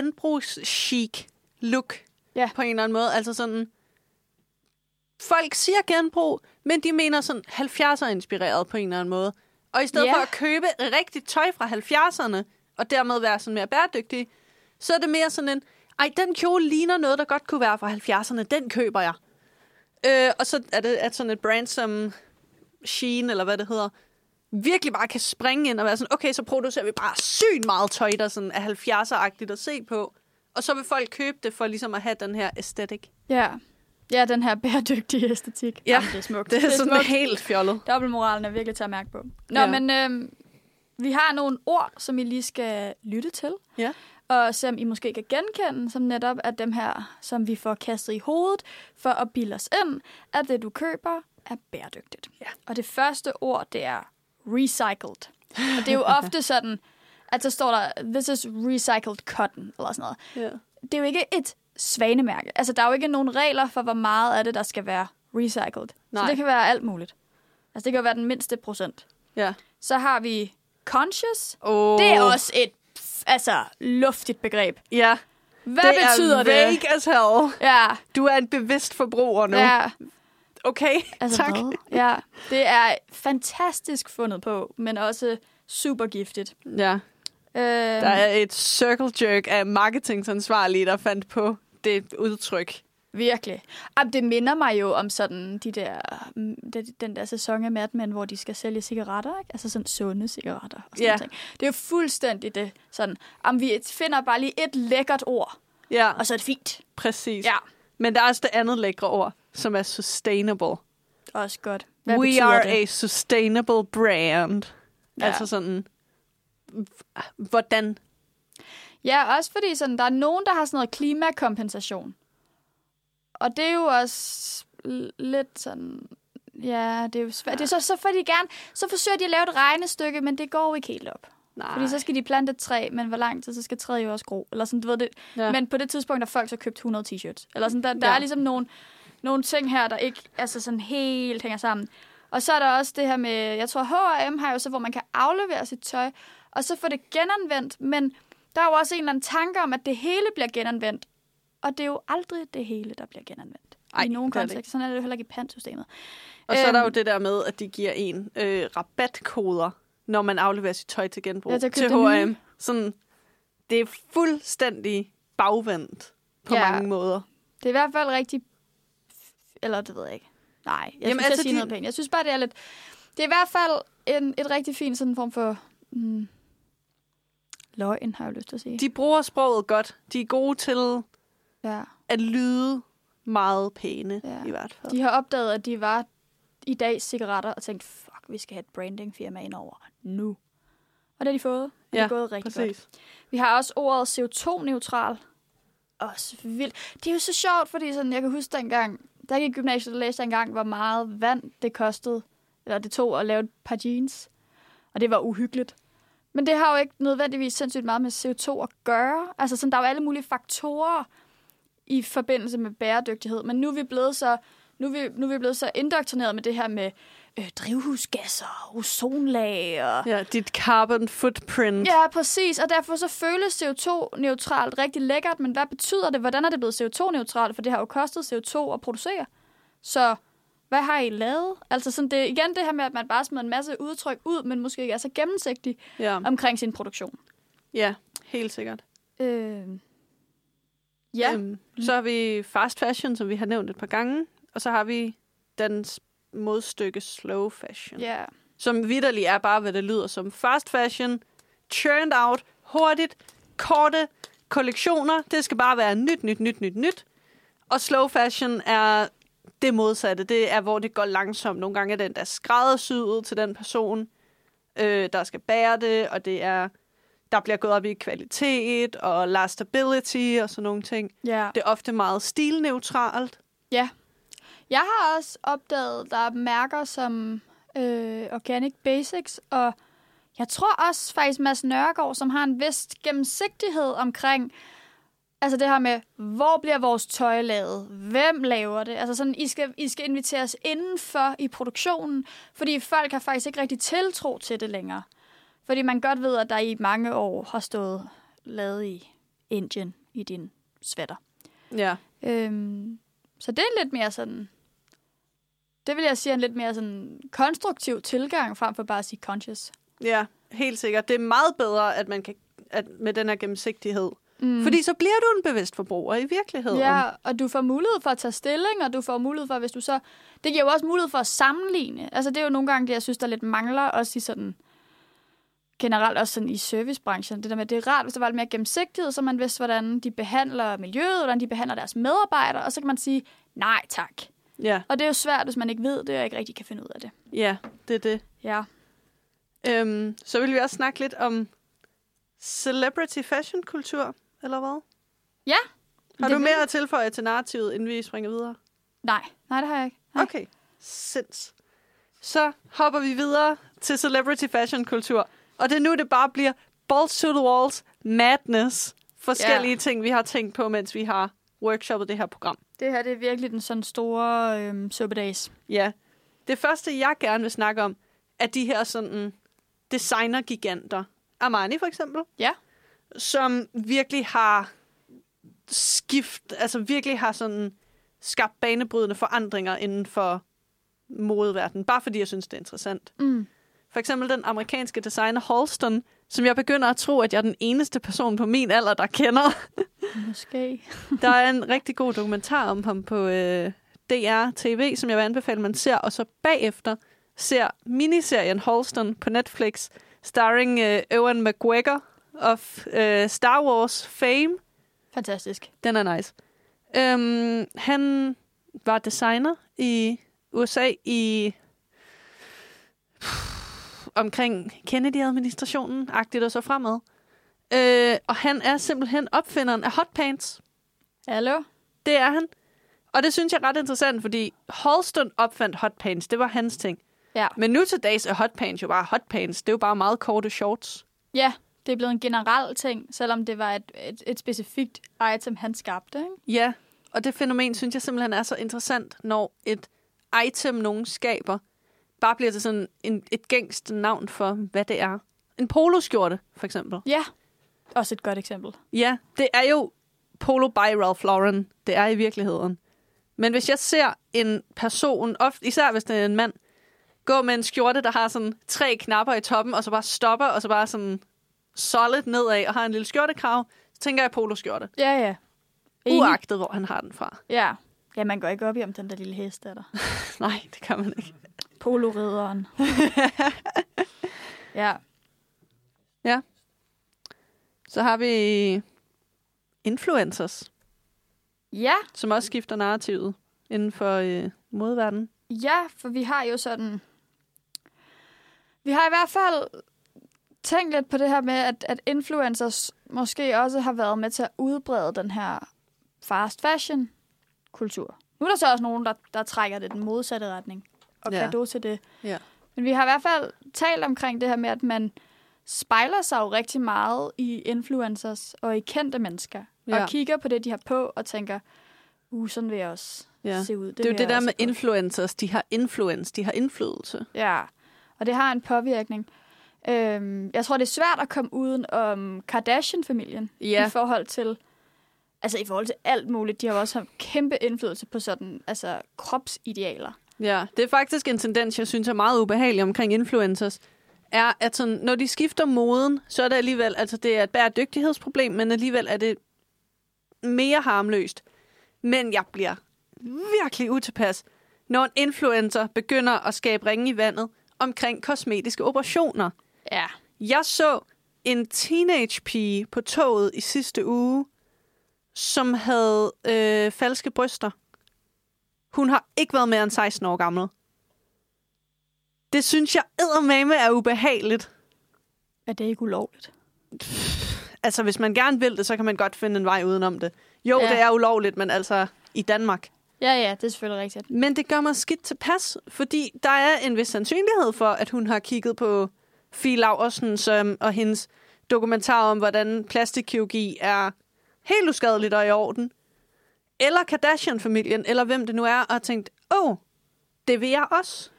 genbrugs-chic look
Ja.
på en eller anden måde. Altså sådan, folk siger genbrug, men de mener sådan 70'er inspireret på en eller anden måde. Og i stedet
Ja.
for at købe rigtigt tøj fra 70'erne, og dermed være sådan mere bæredygtig, så er det mere sådan en, ej, den kjole ligner noget, der godt kunne være fra 70'erne, den køber jeg. Øh, og så er det at sådan et brand som Shein, eller hvad det hedder, virkelig bare kan springe ind og være sådan, okay, så producerer vi bare sygt meget tøj, der sådan er 70'er-agtigt at se på. Og så vil folk købe det for ligesom at have den her æstetik.
Ja. Ja, den her bæredygtige æstetik.
Ja,
Jamen, det er smukt.
Det er sådan
smukt.
helt fjollet.
Dobbeltmoralen er virkelig til at mærke på.
Ja.
Nå, ja. men øhm, vi har nogle ord, som I lige skal lytte til.
Ja.
Og som I måske kan genkende, som netop er dem her, som vi får kastet i hovedet, for at bilde os ind, at det, du køber, er bæredygtigt.
Ja.
Og det første ord, det er recycled. Og det er jo ofte sådan, at så står der, this is recycled cotton, eller sådan noget
Ja.
det er jo ikke et svanemærke. Altså, der er jo ikke nogen regler for, hvor meget af det, der skal være recycled. Nej.
Nej.
Så det kan være alt muligt. Altså, det kan jo være den mindste procent.
ja.
Så har vi conscious.
Oh.
Det er også et pff, altså, luftigt begreb.
Ja.
Hvad det betyder
er
det?
vague as hell.
Ja,
Du er en bevidst forbruger nu.
ja,
Okay,
altså
tak.
Hvad? Ja, det er fantastisk fundet på, men også super giftigt.
Ja.
Øhm,
Der er et circle jerk af marketingansvarlige, der fandt på det udtryk.
Virkelig. Jamen, det minder mig jo om sådan de der, mm, den- den der sæson af Mad Men, hvor de skal sælge cigaretter, ikke? Altså sådan sunde cigaretter og sådan
Ja.
yeah. ting. Det er jo fuldstændig det. Sådan, jamen, vi finder bare lige et lækkert ord,
Ja,
og så er det fint.
præcis.
Ja,
Men der er også det andet lækre ord, som er sustainable.
også godt. Hvad
Hvad We
betyder
are
det?
a sustainable brand. Ja. Altså sådan, h- hvordan?
Ja, også fordi sådan, der er nogen, der har sådan noget klimakompensation. Og det er jo også l- lidt sådan... Ja, det er jo svært. Det er så, så, får de gerne, så forsøger de at lave et regnestykke, men det går jo ikke helt op.
Nej.
Fordi så skal de plante et træ, men hvor lang tid, så skal træet jo også gro. Eller sådan, du ved det.
Ja.
Ja. Men på det tidspunkt har folk så købt 100 t-shirts. Eller sådan, der, der
Ja.
ja. er ligesom nogle, nogle ting her, der ikke altså sådan helt hænger sammen. Og så er der også det her med, jeg tror H&M har jo så, hvor man kan aflevere sit tøj, og så få det genanvendt, men der er jo også en eller anden tanke om, at det hele bliver genanvendt. Og det er jo aldrig det hele, der bliver genanvendt.
Ej,
I nogen
det er det
kontekst. Sådan er det jo heller ikke i pantsystemet.
Og så er der jo
Øhm.
det der med, at de giver en øh, rabatkoder når man afleverer sit tøj til genbrug
Ja, til
til,
at købe
til
det nye.
H&M. Sådan, det er fuldstændig bagvendt på
Ja.
ja. mange måder.
Det er i hvert fald rigtig... Eller det ved jeg ikke. Nej, jeg Jamen,
Jamen,
synes, altså,
altså,
jeg siger
de-
noget pænt. Jeg synes bare, det er lidt... Det er i hvert fald en, et rigtig fint sådan form for... Mm, løgn, har jeg lyst til at sige.
De bruger sproget godt. De er gode til
ja.
at lyde meget pæne,
Ja.
ja. i hvert fald.
de har opdaget, at de var i dag cigaretter, og tænkt, fuck, vi skal have et brandingfirma ind over nu. Og det har de fået. Og ja, det er
Ja,
gået rigtig godt.
Præcis.
Vi har også ordet CO2-neutral. Også vildt. Det er jo så sjovt, fordi sådan, jeg kan huske dengang, der gik i gymnasiet, der læste jeg engang, hvor meget vand det kostede, eller det tog at lave et par jeans. Og det var uhyggeligt. Men det har jo ikke nødvendigvis sindssygt meget med CO2 at gøre. Altså sådan, der er jo alle mulige faktorer i forbindelse med bæredygtighed. Men nu er vi blevet så, nu er vi, nu er vi blevet så indoktrineret med det her med øh, drivhusgasser, ozonlag og
Ja, dit carbon footprint.
Ja, præcis. Og derfor så føles CO2-neutralt rigtig lækkert, men hvad betyder det? Hvordan er det blevet CO2-neutralt? For det har jo kostet CO2 at producere. Så hvad har I lavet? Altså sådan det, igen det her med, at man bare smider en masse udtryk ud, men måske ikke er så gennemsigtig
Ja.
omkring sin produktion.
ja, helt sikkert.
Øh, ja,
Øhm, så har vi fast fashion, som vi har nævnt et par gange. Og så har vi dens modstykke slow fashion.
ja.
som vidderlig er bare, hvad det lyder som. Fast fashion, churned out, hurtigt, korte kollektioner. Det skal bare være nyt, nyt, nyt, nyt, nyt. Og slow fashion er det modsatte. Det er, hvor det går langsomt. Nogle gange er den, der er skræddersyet til den person, øh, der skal bære det, og det er der bliver gået op i kvalitet og lastability og sådan nogle ting.
ja.
Det er ofte meget stilneutralt.
Jeg har også opdaget, der er mærker som øh, Organic Basics, og jeg tror også faktisk Mads Nørgaard, som har en vis gennemsigtighed omkring, altså det her med, hvor bliver vores tøj lavet? Hvem laver det? Altså sådan, I skal, I skal inviteres indenfor i produktionen, fordi folk har faktisk ikke rigtig tiltro til det længere. Fordi man godt ved, at der i mange år har stået lavet i Indien i din sweater.
Ja.
Øhm, så det er lidt mere sådan... Det vil jeg sige er en lidt mere sådan konstruktiv tilgang, frem for bare at sige conscious.
Ja, helt sikkert. Det er meget bedere, at man kan at med den her gennemsigtighed.
Mm.
Mm. Fordi så bliver du en bevidst forbruger i virkeligheden.
Ja, og du får mulighed for at tage stilling, og du får mulighed for, hvis du så... Det giver jo også mulighed for at sammenligne. Altså, det er jo nogle gange det, jeg synes, der lidt mangler, også i sådan... Generelt også sådan i servicebranchen. Det der med, at det er rart, hvis der var lidt mere gennemsigtighed, så man vidste, hvordan de behandler miljøet, hvordan de behandler deres medarbejdere, og så kan man sige, nej tak.
ja,
Og det er jo svært, hvis man ikke ved det, og ikke rigtig kan finde ud af det.
ja det er det.
Ja.
Øhm, så vil vi også snakke lidt om celebrity fashion-kultur, eller hvad?
Ja.
Har
Det
du
vil-
mere at tilføje til narrativet, inden vi springer videre?
Nej, nej, det har jeg ikke. Nej.
Okay, sinds. Så hopper vi videre til celebrity fashion-kultur. Og det er nu, det bare bliver balls to the walls, madness. Forskellige
Ja.
ting, vi har tænkt på, mens vi har workshoppet det her program.
Det her det er virkelig den sådan store øhm, suppedags.
Ja. Det første, jeg gerne vil snakke om, er de her sådan designergiganter. Armani for eksempel.
Ja.
Som virkelig har skift, altså virkelig har sådan skabt banebrydende forandringer inden for modeverdenen. Bare fordi jeg synes, det er interessant.
Mm.
For eksempel den amerikanske designer Halston, som jeg begynder at tro, at jeg er den eneste person på min alder, der kender.
Måske.
Der er en rigtig god dokumentar om ham på øh, DR TV, som jeg vil anbefale, man ser. Og så bagefter ser miniserien Holston på Netflix, starring øh, Ewan McGregor of øh, Star Wars fame.
Fantastisk.
Den er nice. Øhm, han var designer i USA i omkring Kennedy-administrationen, agtigt og så fremad. Øh, og han er simpelthen opfinderen af hotpants.
Hallo?
Det er han. Og det synes jeg er ret interessant, fordi Halston opfandt hotpants. Det var hans ting.
Ja.
Men nu til dags er hotpants jo bare hotpants. Det er jo bare meget korte shorts.
Ja, det er blevet en generel ting, selvom det var et, et, et specifikt item, han skabte. Ikke?
Ja, og det fænomen synes jeg simpelthen er så interessant, når et item, nogen skaber, bare bliver til sådan en, et gængst navn for, hvad det er. En poloskjorte, for eksempel.
Ja. Også et godt eksempel.
Ja, det er jo Polo by Ralph Lauren. Det er i virkeligheden. Men hvis jeg ser en person, ofte, især hvis det er en mand, gå med en skjorte, der har sådan tre knapper i toppen, og så bare stopper, og så bare sådan solid nedad, og har en lille skjortekrav, så tænker jeg poloskjorte.
Ja, ja. Enig.
Uagtet, hvor han har den fra.
Ja. Ja, man går ikke op i, om den der lille hest er der.
Nej, det kan man ikke.
Polorideren. ja.
Så har vi influencers,
Ja,
som også skifter narrativet inden for øh, modverdenen.
Ja, for vi har jo sådan... Vi har i hvert fald tænkt lidt på det her med, at, at influencers måske også har været med til at udbrede den her fast fashion-kultur. Nu er der så også nogen, der, der trækker det den modsatte retning. Og
Ja.
ja. kado til det.
Ja.
Men vi har i hvert fald talt omkring det her med, at man spejler sig jo rigtig meget i influencers og i kendte mennesker.
Ja.
Og kigger på det, de har på, og tænker, uh, sådan vil jeg også
Ja.
ja. se ud. Det,
Det, det er
vil
jo det
jeg
der
også
med
have på."
influencers. De har influence, de har indflydelse.
Ja, og det har en påvirkning. Øhm, jeg tror, det er svært at komme uden om Kardashian-familien
Ja.
i forhold til... Altså i forhold til alt muligt. De har jo også haft kæmpe indflydelse på sådan, altså kropsidealer.
Ja, det er faktisk en tendens, jeg synes er meget ubehagelig omkring influencers, er, at sådan, når de skifter moden, så er det alligevel, altså det er et bæredygtighedsproblem, men alligevel er det mere harmløst. Men jeg bliver virkelig utilpas, når en influencer begynder at skabe ringe i vandet omkring kosmetiske operationer.
Ja.
Jeg så en teenagepige på toget i sidste uge, som havde øh, falske bryster. Hun har ikke været mere end 16 år gammel. Det synes jeg eddermame er ubehageligt.
Er det ikke ulovligt?
Altså, hvis man gerne vil det, så kan man godt finde en vej udenom det. Jo, ja.
Ja.
det er ulovligt, men altså i Danmark.
Ja, ja, det er selvfølgelig rigtigt.
Men det gør mig skidt tilpas, fordi der er en vis sandsynlighed for, at hun har kigget på Fie Laursen som, og hendes dokumentar om, hvordan plastikkirurgi er helt uskadeligt og i orden. Eller Kardashian-familien, eller hvem det nu er, og har tænkt, åh, oh, det vil jeg også.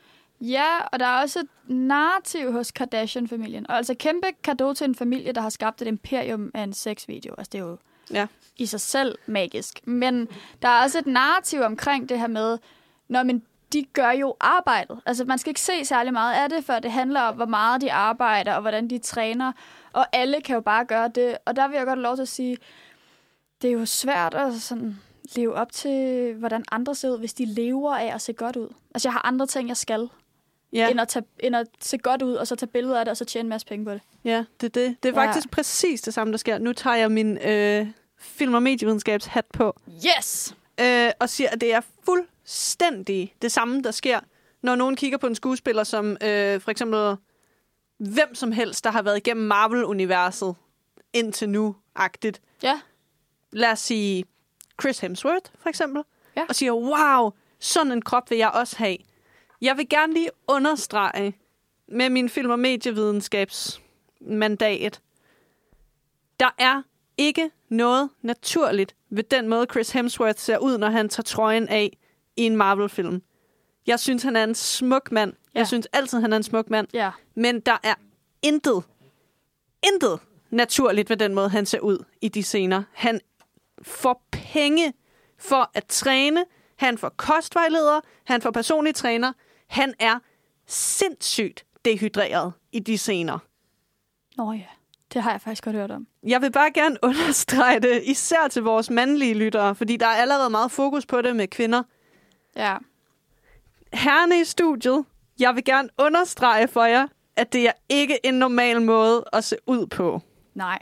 Ja, og der er også et narrativ hos Kardashian-familien. Og altså kæmpe kado til en familie, der har skabt et imperium af en sexvideo. Altså det er jo
Ja.
i sig selv magisk. Men der er også et narrativ omkring det her med, når men de gør jo arbejdet. Altså man skal ikke se særlig meget af det, før det handler om, hvor meget de arbejder og hvordan de træner. Og alle kan jo bare gøre det. Og der vil jeg godt have lov til at sige, det er jo svært at sådan leve op til, hvordan andre ser ud, hvis de lever af at se godt ud. Altså jeg har andre ting, jeg skal
Ja,
end, at tage, end at se godt ud, og så tage billeder af det, og så tjene en masse penge på det.
ja det er det. Det er
Ja.
faktisk præcis det samme, der sker. Nu tager jeg min øh, film- og medievidenskabshat på.
Yes!
øh, og siger, at det er fuldstændig det samme, der sker, når nogen kigger på en skuespiller som øh, for eksempel hvem som helst, der har været igennem Marvel-universet indtil nu-agtigt.
Ja.
Lad os sige Chris Hemsworth, for eksempel,
Ja.
og siger, wow, sådan en krop vil jeg også have. Jeg vil gerne lige understrege med min film- og medievidenskabsmandat, der er ikke noget naturligt ved den måde, Chris Hemsworth ser ud, når han tager trøjen af i en Marvel-film. Jeg synes, han er en smuk mand. Ja.
Ja.
Jeg synes altid, han er en smuk mand.
Ja.
Men der er intet, intet naturligt ved den måde, han ser ud i de scener. Han får penge for at træne. Han får kostvejleder. Han får personlig træner. Han er sindssygt dehydreret i de scener.
Nå ja, det har jeg faktisk godt hørt om.
Jeg vil bare gerne understrege det, især til vores mandlige lyttere, fordi der er allerede meget fokus på det med kvinder.
Ja.
Herne i studiet, jeg vil gerne understrege for jer, at det er ikke en normal måde at se ud på.
Nej.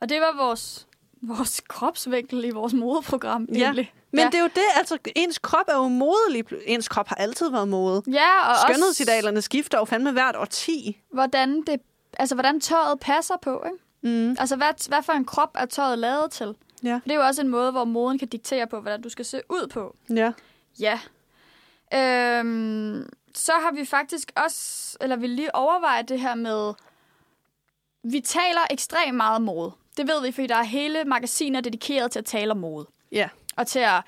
Og det var vores, vores kropsvinkel i vores modeprogram,
Ja,
egentlig.
Men
ja.
ja. det er jo det, altså ens krop er jo modelig. Ens krop har altid været mode.
Ja, og også,
Skønhedsidealerne skifter jo fandme hvert årti.
hvordan, det, altså, hvordan tøjet passer på, ikke?
Mm.
Altså, hvad, hvad for en krop er tøjet lavet til?
Ja.
For det er jo også en måde, hvor moden kan diktere på, hvordan du skal se ud på.
Ja.
Ja. Øhm, så har vi faktisk også, eller vi lige overveje det her med, vi taler ekstremt meget om mode. Det ved vi, fordi der er hele magasiner dedikeret til at tale om mode.
Ja.
Og til at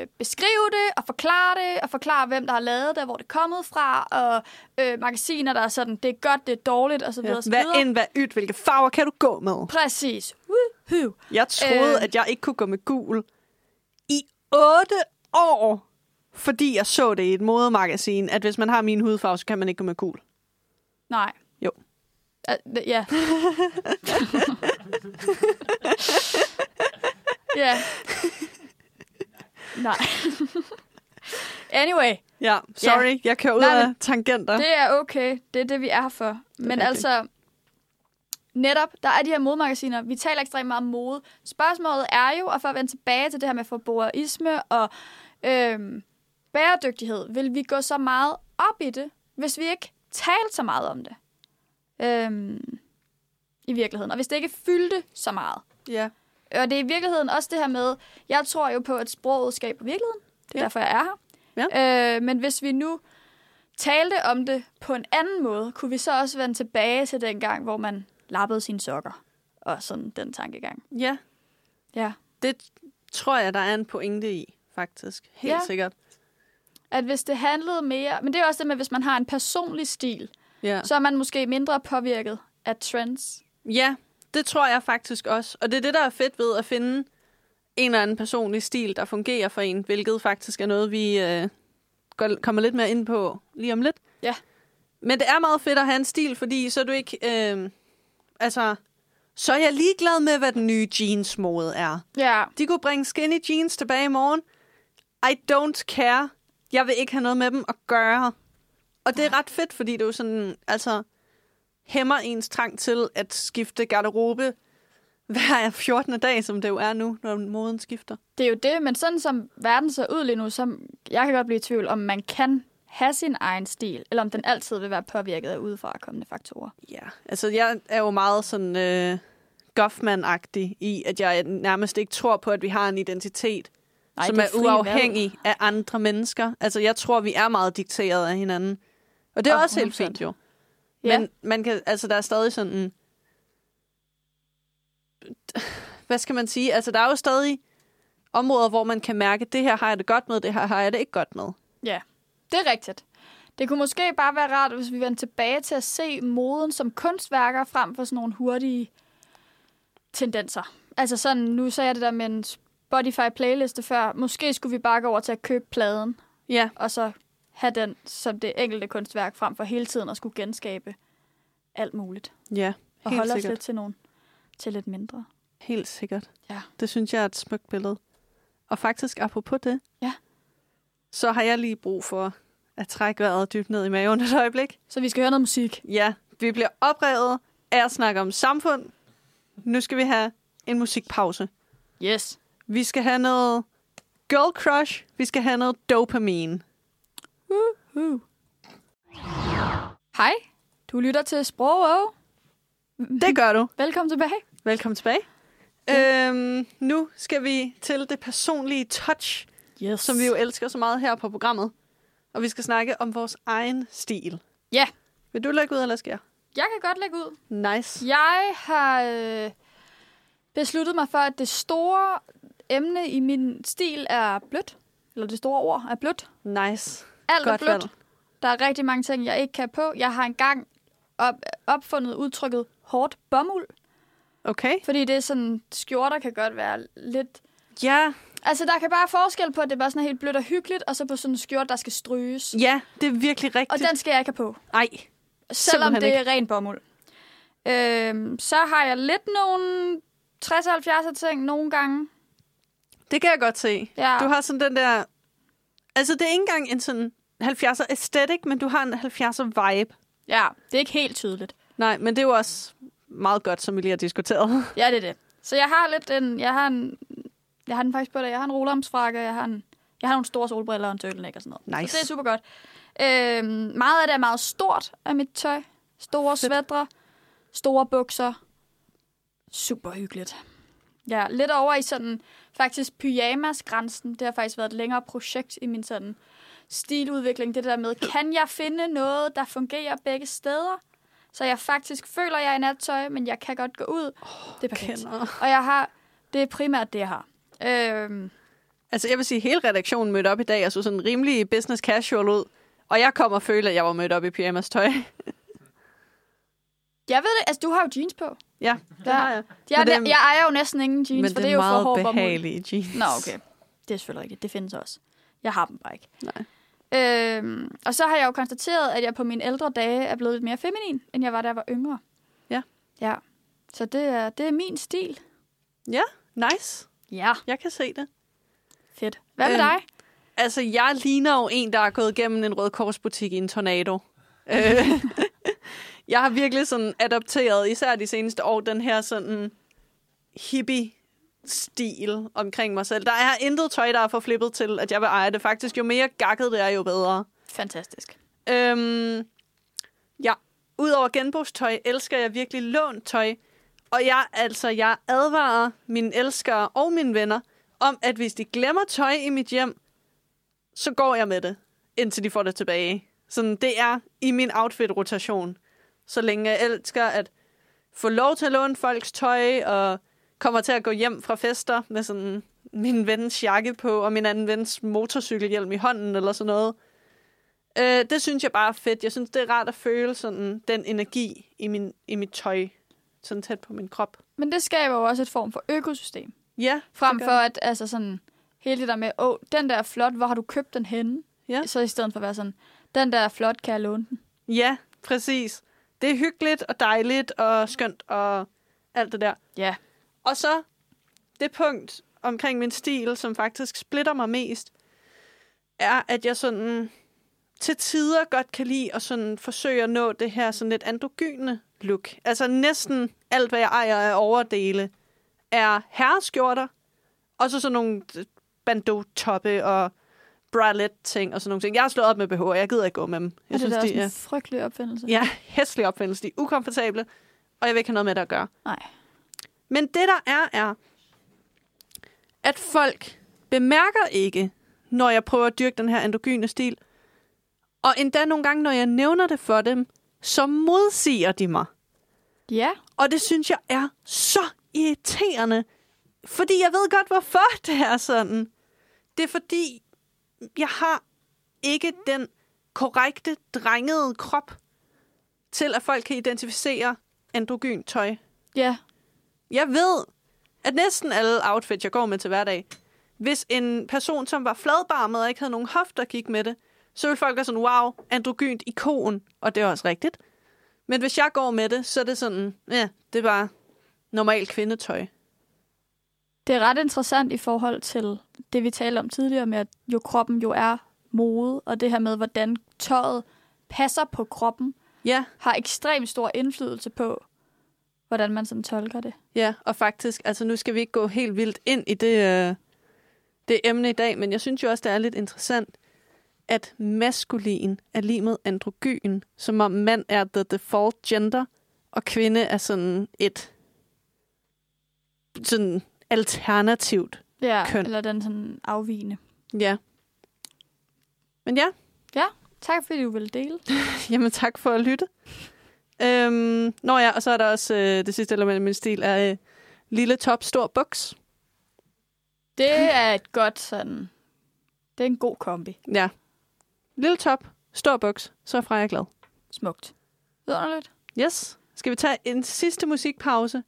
øh, beskrive det, og forklare det, og forklare, hvem der har lavet det, og hvor det er kommet fra, og øh, magasiner, der er sådan, det er godt, det er dårligt, og så videre. og så
Hvad
videre.
end, hvad ydt, hvilke farver kan du gå med?
Præcis. Woohoo.
Jeg troede,
Øh.
øh... at jeg ikke kunne gå med gul. I otte år fordi jeg så det i et modemagasin, at hvis man har min hudfarve, så kan man ikke gå med kul.
Nej.
Jo.
Al- d- Ja. ja. Nej. anyway,
Ja, sorry, ja. jeg kører ud
Nej,
Nej,
men
af tangenter. Det...
det er okay. Det er det, vi er her for. Men
rigtigt.
altså, netop, der er de her modemagasiner. Vi taler ekstremt meget om mode. Spørgsmålet er jo, og for at vende tilbage til det her med forbrugerisme og øhm, bæredygtighed, vil vi gå så meget op i det, hvis vi ikke talte så meget om det? Øhm, I virkeligheden. Og hvis det ikke fyldte så meget.
Ja.
Og det er i virkeligheden også det her med, jeg tror jo på, at sproget skaber virkeligheden. Det er
Ja.
ja. derfor, jeg er her. Ja. Øh, men hvis vi nu talte om det på en anden måde, kunne vi så også vende tilbage til den gang, hvor man lappede sine sokker og sådan den tankegang.
ja,
Ja.
det tror jeg, der er en pointe i, faktisk. Helt
Ja.
ja. sikkert.
At hvis det handlede mere... Men det er også det med, at hvis man har en personlig stil,
Ja.
så er man måske mindre påvirket af trends.
Ja, det tror jeg faktisk også. Og det er det, der er fedt ved at finde en eller anden personlig stil, der fungerer for en, hvilket faktisk er noget, vi øh, går, kommer lidt mere ind på lige om lidt.
Ja.
Men det er meget fedt at have en stil, fordi så er du ikke... Øh, altså, så er jeg ligeglad med, hvad den nye jeansmode er.
Ja.
De kunne bringe skinny jeans tilbage i morgen. I don't care. Jeg vil ikke have noget med dem at gøre. Og det er ret fedt, fordi det jo sådan, altså, hæmmer ens trang til at skifte garderobe hver 14. dag, som det jo er nu, når moden skifter.
Det er jo det, men sådan som verden ser ud lige nu, så jeg kan godt blive i tvivl, om man kan have sin egen stil, eller om den altid vil være påvirket af udefra kommende faktorer.
Ja, altså jeg er jo meget sådan øh, Goffman-agtig i, at jeg nærmest ikke tror på, at vi har en identitet,
Nej,
Nej, som
det
er,
er frie
uafhængig af andre mennesker. Altså jeg tror, vi er meget dikteret af hinanden. Og det er
Åh,
oh, også helt
100%.
fint jo.
Ja.
Ja. Men man kan, altså, der er stadig sådan... en- Hvad skal man sige? Altså, der er jo stadig områder, hvor man kan mærke, det her har jeg det godt med, det her har jeg det ikke godt med.
Ja, det er rigtigt. Det kunne måske bare være rart, hvis vi vendte tilbage til at se moden som kunstværker frem for sådan nogle hurtige tendenser. Altså sådan, nu sagde jeg det der med en Spotify-playliste før. Måske skulle vi bare gå over til at købe pladen,
Ja,
og så have den som det enkelte kunstværk frem for hele tiden at skulle genskabe alt muligt.
ja.
Og
Helt
holde os
sikkert.
lidt til nogen til lidt mindre.
Helt sikkert.
Ja.
Det synes jeg er et smukt billede. Og faktisk, apropos det,
Ja.
så har jeg lige brug for at trække vejret dybt ned i maven et øjeblik.
Så vi skal høre noget musik.
Ja, vi bliver oprevet af at snakke om samfund. Nu skal vi have en musikpause.
Yes.
Vi skal have noget girl crush. Vi skal have noget dopamin.
Uh. Hej, du lytter til Sprog.
Det gør du.
Velkommen tilbage.
Velkommen tilbage. Øhm, nu skal vi til det personlige touch,
Yes.
som vi jo elsker så meget her på programmet. Og vi skal snakke om vores egen stil.
Ja.
Vil du lægge ud, eller skal jeg?
Jeg kan godt lægge ud.
Nice.
Jeg har øh, besluttet mig for, at det store emne i min stil er blødt. Eller det store ord er blødt.
Nice.
Alt
Godt
er blødt.
valg.
Der er rigtig mange ting, jeg ikke kan på. Jeg har engang op, opfundet udtrykket hårdt bomuld.
Okay.
Fordi det er sådan, skjorter kan godt være lidt...
Ja,
Altså, der kan bare være forskel på, at det bare sådan er helt blødt og hyggeligt, og så på sådan en skjorte, der skal stryges.
ja, det er virkelig
Og
rigtigt.
den skal jeg ikke have på.
Ej,
Selvom
Simpelthen
det er ren bomuld. Øhm, så har jeg lidt nogle 60-70'er ting nogle gange.
det kan jeg godt se.
Ja.
Du har sådan den der... Altså, det er ikke engang en sådan 70'er aesthetic, men du har en 70'er vibe.
Ja, det er ikke helt tydeligt.
Nej, men det er jo også meget godt, som vi lige har diskuteret.
Ja, det er det. Så jeg har lidt en... Jeg har en... Jeg har den faktisk på det. Jeg har en rolamsfrakke, jeg har en... Jeg har nogle store solbriller og en turtleneck og sådan noget.
Nice.
Så det er super godt. Øhm, meget af det er meget stort af mit tøj. Store
Fedt.
svætter, store bukser. Super hyggeligt. Ja, lidt over i sådan faktisk pyjamas-grænsen. Det har faktisk været et længere projekt i min sådan stiludvikling. Det der med, kan jeg finde noget, der fungerer begge steder? Så jeg faktisk føler, jeg er i nattøj, men jeg kan godt gå ud. Oh, det er perfekt.
kender.
Og jeg har, det er primært det, jeg har. Øhm,
Altså, jeg vil sige, at hele redaktionen mødte op i dag og så sådan rimelig business casual ud. Og jeg kom og følte, at jeg var mødt op i pyjamas tøj.
jeg ved det, altså du har jo jeans på.
ja, det har jeg.
Jeg,
Men det
det,
er-
jeg ejer jo næsten ingen jeans,
Men
for
det er,
det er jo for
meget
hård bomuld.
behagelige jeans.
Nå, okay. Det er selvfølgelig rigtigt. Det findes også. Jeg har dem bare ikke.
Nej.
Øhm, og så har jeg jo konstateret, at jeg på mine ældre dage er blevet lidt mere feminin, end jeg var, da jeg var yngre.
Ja.
Ja. Så det er, det er min stil.
Ja, nice.
Ja.
Jeg kan se det.
Fedt. Hvad med
Øhm,
dig?
Altså, jeg ligner jo en, der er gået gennem en rød korsbutik i en tornado. Øh, jeg har virkelig sådan adopteret, især de seneste år, den her sådan hippie-stil omkring mig selv. Der er intet tøj, der er for flippet til, at jeg vil eje det. Faktisk, jo mere gakket det er, jo bedre.
Fantastisk.
Øhm, ja, udover genbrugstøj, elsker jeg virkelig lånt tøj. Og jeg, altså, jeg advarer mine elskere og mine venner om, at hvis de glemmer tøj i mit hjem, så går jeg med det, indtil de får det tilbage. Sådan, det er i min outfit-rotation. Så længe jeg elsker at få lov til at låne folks tøj, og kommer til at gå hjem fra fester med sådan min vens jakke på, og min anden vens motorcykelhjelm i hånden, eller sådan noget. Øh, det synes jeg bare er fedt. Jeg synes, det er rart at føle sådan den energi i, min, i mit tøj, sådan tæt på min krop.
Men det skaber jo også et form for økosystem.
Ja,
Frem
det gør
for
det.
at altså sådan, hele det der med, åh, den der er flot, hvor har du købt den henne?
Ja.
Så i stedet for at være sådan, den der er flot, kan jeg låne den?
Ja, præcis. Det er hyggeligt og dejligt og skønt og alt det der.
Ja.
Og så det punkt omkring min stil, som faktisk splitter mig mest, er, at jeg sådan til tider godt kan lide at sådan forsøge at nå det her sådan lidt androgyne look. Altså næsten alt, hvad jeg ejer af overdele, er herreskjorter, og så sådan nogle bandeau-toppe og bralette-ting og sådan nogle ting. Jeg har slået op med BH, og jeg gider ikke gå med dem. Jeg
Jeg og synes, det er da også
de
en
er
frygtelig opfindelse.
Ja, hæslig opfindelse. De er ukomfortable, og jeg vil ikke have noget med det at gøre.
Nej.
Men det der er, er, at folk bemærker ikke, når jeg prøver at dyrke den her androgyne stil. Og endda nogle gange, når jeg nævner det for dem, så modsiger de mig.
Ja.
Og det synes jeg er så irriterende. Fordi jeg ved godt, hvorfor det er sådan. Det er fordi, jeg har ikke den korrekte, drengede krop til, at folk kan identificere androgyn tøj.
Ja.
Jeg ved, at næsten alle outfits, jeg går med til hverdag, hvis en person, som var fladbarmet og ikke havde nogen hofter, gik med det, så ville folk være sådan, wow, androgynt ikon, og det er også rigtigt. Men hvis jeg går med det, så er det sådan, ja, det er bare normalt kvindetøj.
Det er ret interessant i forhold til det, vi talte om tidligere med, at jo kroppen jo er mode, og det her med, hvordan tøjet passer på kroppen,
Ja,
har ekstremt stor indflydelse på, hvordan man sådan tolker det.
ja, og faktisk, altså nu skal vi ikke gå helt vildt ind i det, øh, det emne i dag, men jeg synes jo også, det er lidt interessant, at maskulin er lige med androgyn, som om mand er the default gender, og kvinde er sådan et sådan alternativt.
Ja,
Køn.
eller den sådan afvigende.
Ja. Men ja,
Tak fordi du ville dele.
Jamen tak for at lytte. Øhm, nå ja, og så er der også øh, det sidste element i min stil, er øh, lille top, stor buks.
Det er et godt sådan... Det er en god kombi.
Ja. Lille top, stor buks, så er Freja glad.
Smukt. Vidunderligt.
Yes. Skal vi tage en sidste musikpause,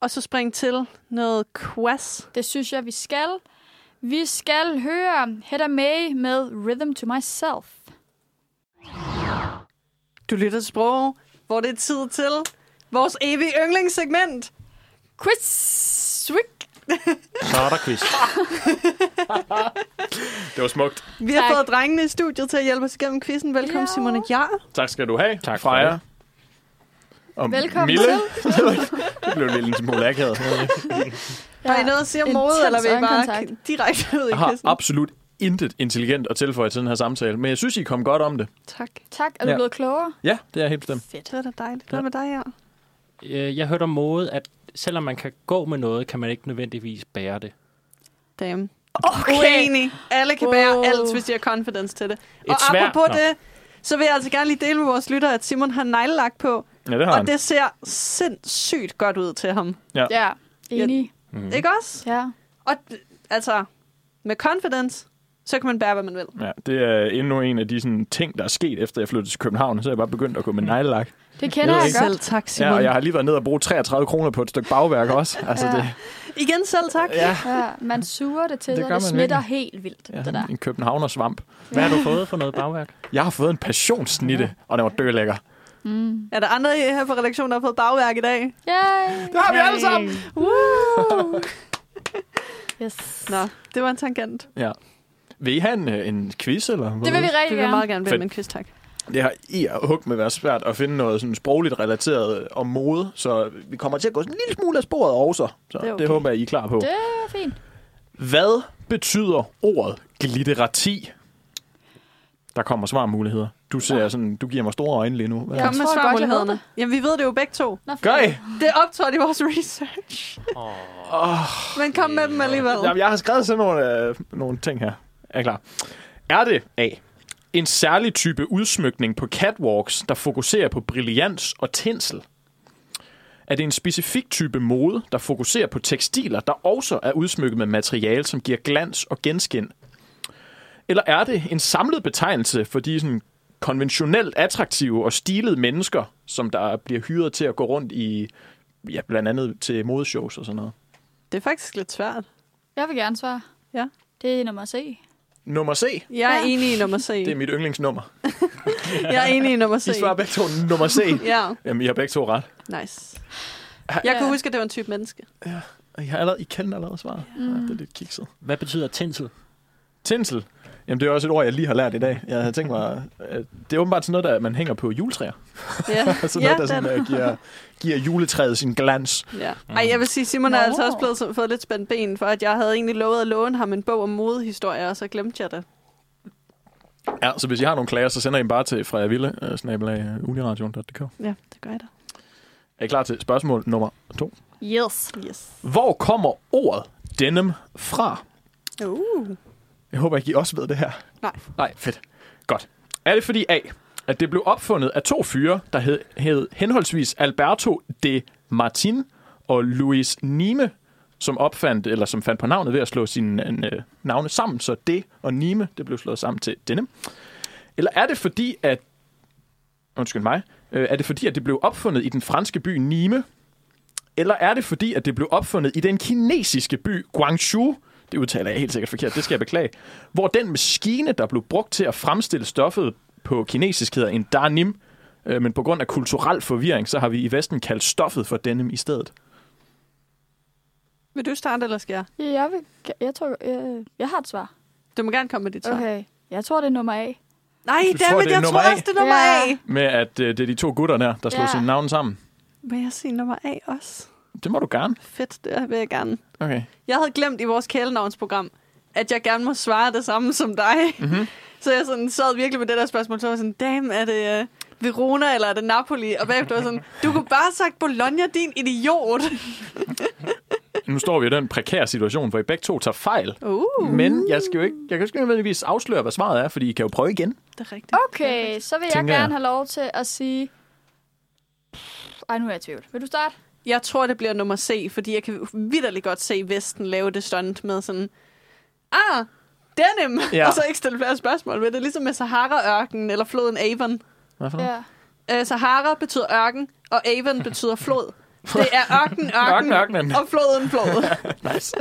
og så springe til noget quas?
Det synes jeg, vi skal. Vi skal høre Hedda May med Rhythm to Myself.
Du lytter til sprog, hvor det er tid til vores evige yndlingssegment.
Quiz week.
Så er der quiz. det var smukt.
Vi har
Tak.
fået drengene i studiet til at hjælpe os igennem quizzen. Velkommen,
Ja.
ja. Simone Jar.
Tak skal du have,
Tak,
Freja.
Freja.
Og
Velkommen
Mille.
til.
det blev lidt en smule akavet.
Ja. Har I noget at sige om
Intens
mode, eller vil I bare
øjenkontakt.
direkte ud i
Jeg har
quizzen?
absolut intet intelligent at tilføje til den her samtale, men jeg synes, I kom godt om det.
Tak.
Tak, er du
Ja.
blevet klogere?
Ja, det er helt bestemt.
Fedt.
Det var da dejligt. Hvad
Ja.
med dig, Jar?
Øh, Jeg hørte om mode, at selvom man kan gå med noget, kan man ikke nødvendigvis bære det.
Damn. Okay. Uenig. Alle kan bære
Wow.
wow. alt, hvis de har confidence til det.
Et
og
sværd-
apropos
Nå.
det, så vil jeg altså gerne lige dele med vores lytter, at Simon har neglelagt på,
Ja, det har
og
han.
det ser sindssygt godt ud til ham.
Ja, enig.
Mhm.
Ikke også?
Ja.
Og d- altså, med confidence, Så kan man bære, hvad man vil.
Ja, det er endnu en af de sådan, ting, der er sket, efter jeg flyttede til København. Så er jeg bare begyndt at gå med
Mm.
neglelak.
Det kender jeg,
ikke.
godt.
Selv tak, Simon.
Ja, og jeg har lige været ned og bruge 33 kroner på et stykke bagværk også. Altså,
Ja.
det,
Igen selv tak.
ja,
Ja, man suger det til,
Det
det og
gør
det
man
smitter helt vildt, ja,
ja
det der.
sådan en københavnersvamp.
Hvad har du fået for noget bagværk?
Jeg har fået en passionsnitte, og den var dødlækker.
Mm.
Er der andre i- her fra redaktionen, der har fået bagværk i dag?
Yay!
Det har vi alle sammen! Woo!
Yes.
Nå, det var en tangent.
Ja. Vil I have en, øh, en quiz, eller hvad?
Det vil vi
Det vil
rigtig
jeg
gerne.
meget gerne vælge
Fedt.
med en quiz, tak.
Det har i og hug med været svært at finde noget sådan sprogligt relateret øh, om mode, så vi kommer til at gå sådan en lille smule af sporet også. Så
Det
det,
er
okay.
okay.
det håber jeg, I er klar på.
Det er fint.
Hvad betyder ordet glitterati? Der kommer svarmuligheder. Du ser sådan, du giver mig store øjne lige nu. Hvad?
Ja.
Kom med
tror godt, jeg ved
svarmulighederne. Jamen, vi ved det jo begge to.
Nå,
Gør I?
Det er optrådt i vores research. Oh. Men kom med dem alligevel.
Jamen, jeg har skrevet sådan nogle, øh, nogle ting her. Er I klar? Er det A. En særlig type udsmykning på catwalks, der fokuserer på brillians og tinsel? Er det en specifik type mode, der fokuserer på tekstiler, der også er udsmykket med materiale, som giver glans og genskin? Eller er det en samlet betegnelse for de sådan konventionelt attraktive og stilede mennesker, som der bliver hyret til at gå rundt i, ja, blandt andet til modeshows og sådan noget?
Det er faktisk lidt svært.
Jeg vil gerne svare.
Ja.
Det er nummer C.
Nummer C.
Jeg er
Ja.
enig i nummer C.
Det er mit yndlingsnummer.
Jeg er enig i nummer C.
I svarer begge to nummer C.
Ja,
Jamen, I har begge to ret.
nice. Jeg kunne huske, at det var en type menneske.
Og I, har allerede, I kender allerede svaret. Mm. Ja, det er lidt kikset.
Hvad betyder tinsel?
Tinsel. Jamen, det er også et ord, jeg lige har lært i dag. Jeg havde tænkt mig... øh, Det er åbenbart sådan noget, der man hænger på juletræer.
Ja,
Sådan
ja,
noget, der sådan,
den-
øh, giver, giver juletræet sin glans.
ja. Ej, jeg vil sige, Simon er
Nå.
altså også blevet sådan- fået lidt spændt ben, for at jeg havde egentlig lovet at låne ham en bog om modehistorier, og så glemte jeg det.
Ja, så hvis I har nogle klager, så sender I dem bare til Freja Ville, øh, snabelag øh, uniradion.dk.
Ja, det gør jeg da.
Er I klar til spørgsmål nummer to?
Yes.
Yes.
Hvor kommer ordet denim fra?
Uh.
Jeg håber ikke, I også ved det her.
Nej.
Nej, fedt. Godt. Er det fordi A, at det blev opfundet af to fyre, der hed, hed henholdsvis Alberto de Martin og Louis Nime, som opfandt, eller som fandt på navnet ved at slå sine øh, navne sammen, så det og Nime, det blev slået sammen til denne. Eller er det fordi, at... Undskyld mig. Øh, er det fordi, at det blev opfundet i den franske by Nime, eller er det fordi, at det blev opfundet i den kinesiske by Guangzhou? Det udtaler jeg helt sikkert forkert, det skal jeg beklage. Hvor den maskine, der blev brugt til at fremstille stoffet på kinesisk, hedder en danim. Øh, Men på grund af kulturel forvirring, så har vi i Vesten kaldt stoffet for denim i stedet.
Vil du starte, eller skal jeg?
Ja, Jeg, vil, ge- jeg, tror, jeg, jeg har et svar.
Du må gerne komme med dit svar. Okay.
Okay. Jeg tror, det er nummer A.
Nej,
Du tror,
dammit,
det er
jeg
nummer
tror
A?
også, det er nummer
Ja.
A.
Med at øh, det er de to gutter der, der slog
Ja.
sine navne sammen.
Må jeg sige nummer A også?
Det må du gerne.
Fedt, det vil jeg gerne.
Okay.
Jeg havde glemt i vores kælenavnsprogram, at jeg gerne må svare det samme som dig. Mm-hmm. Så jeg sådan sad virkelig med det der spørgsmål, så var jeg sådan, damn, er det øh, Verona eller er det Napoli? Og bagefter var jeg sådan, du kunne bare have sagt Bologna, din idiot.
Nu står vi i den prekære situation, hvor I begge to tager fejl.
Uh,
Men jeg, skal jo ikke, jeg kan jo ikke nødvendigvis afsløre, hvad svaret er, fordi I kan jo prøve igen.
det er rigtigt.
Okay, så vil jeg
Tænker jeg.
gerne have lov til at sige... Ej, nu er jeg i tvivl. Vil du starte?
Jeg tror, det bliver nummer C, fordi jeg kan vidderligt godt se Vesten lave det stunt med sådan, ah, denim, ja.
Ja.
og så ikke stille flere spørgsmål ved det. Ligesom med Sahara-ørken eller floden Avon.
Hvad for noget?
Ja.
Øh, Sahara betyder ørken, og Avon betyder flod. Det er ørken, ørken,
Ørken, ørkenen.
og floden, flod.
Nice.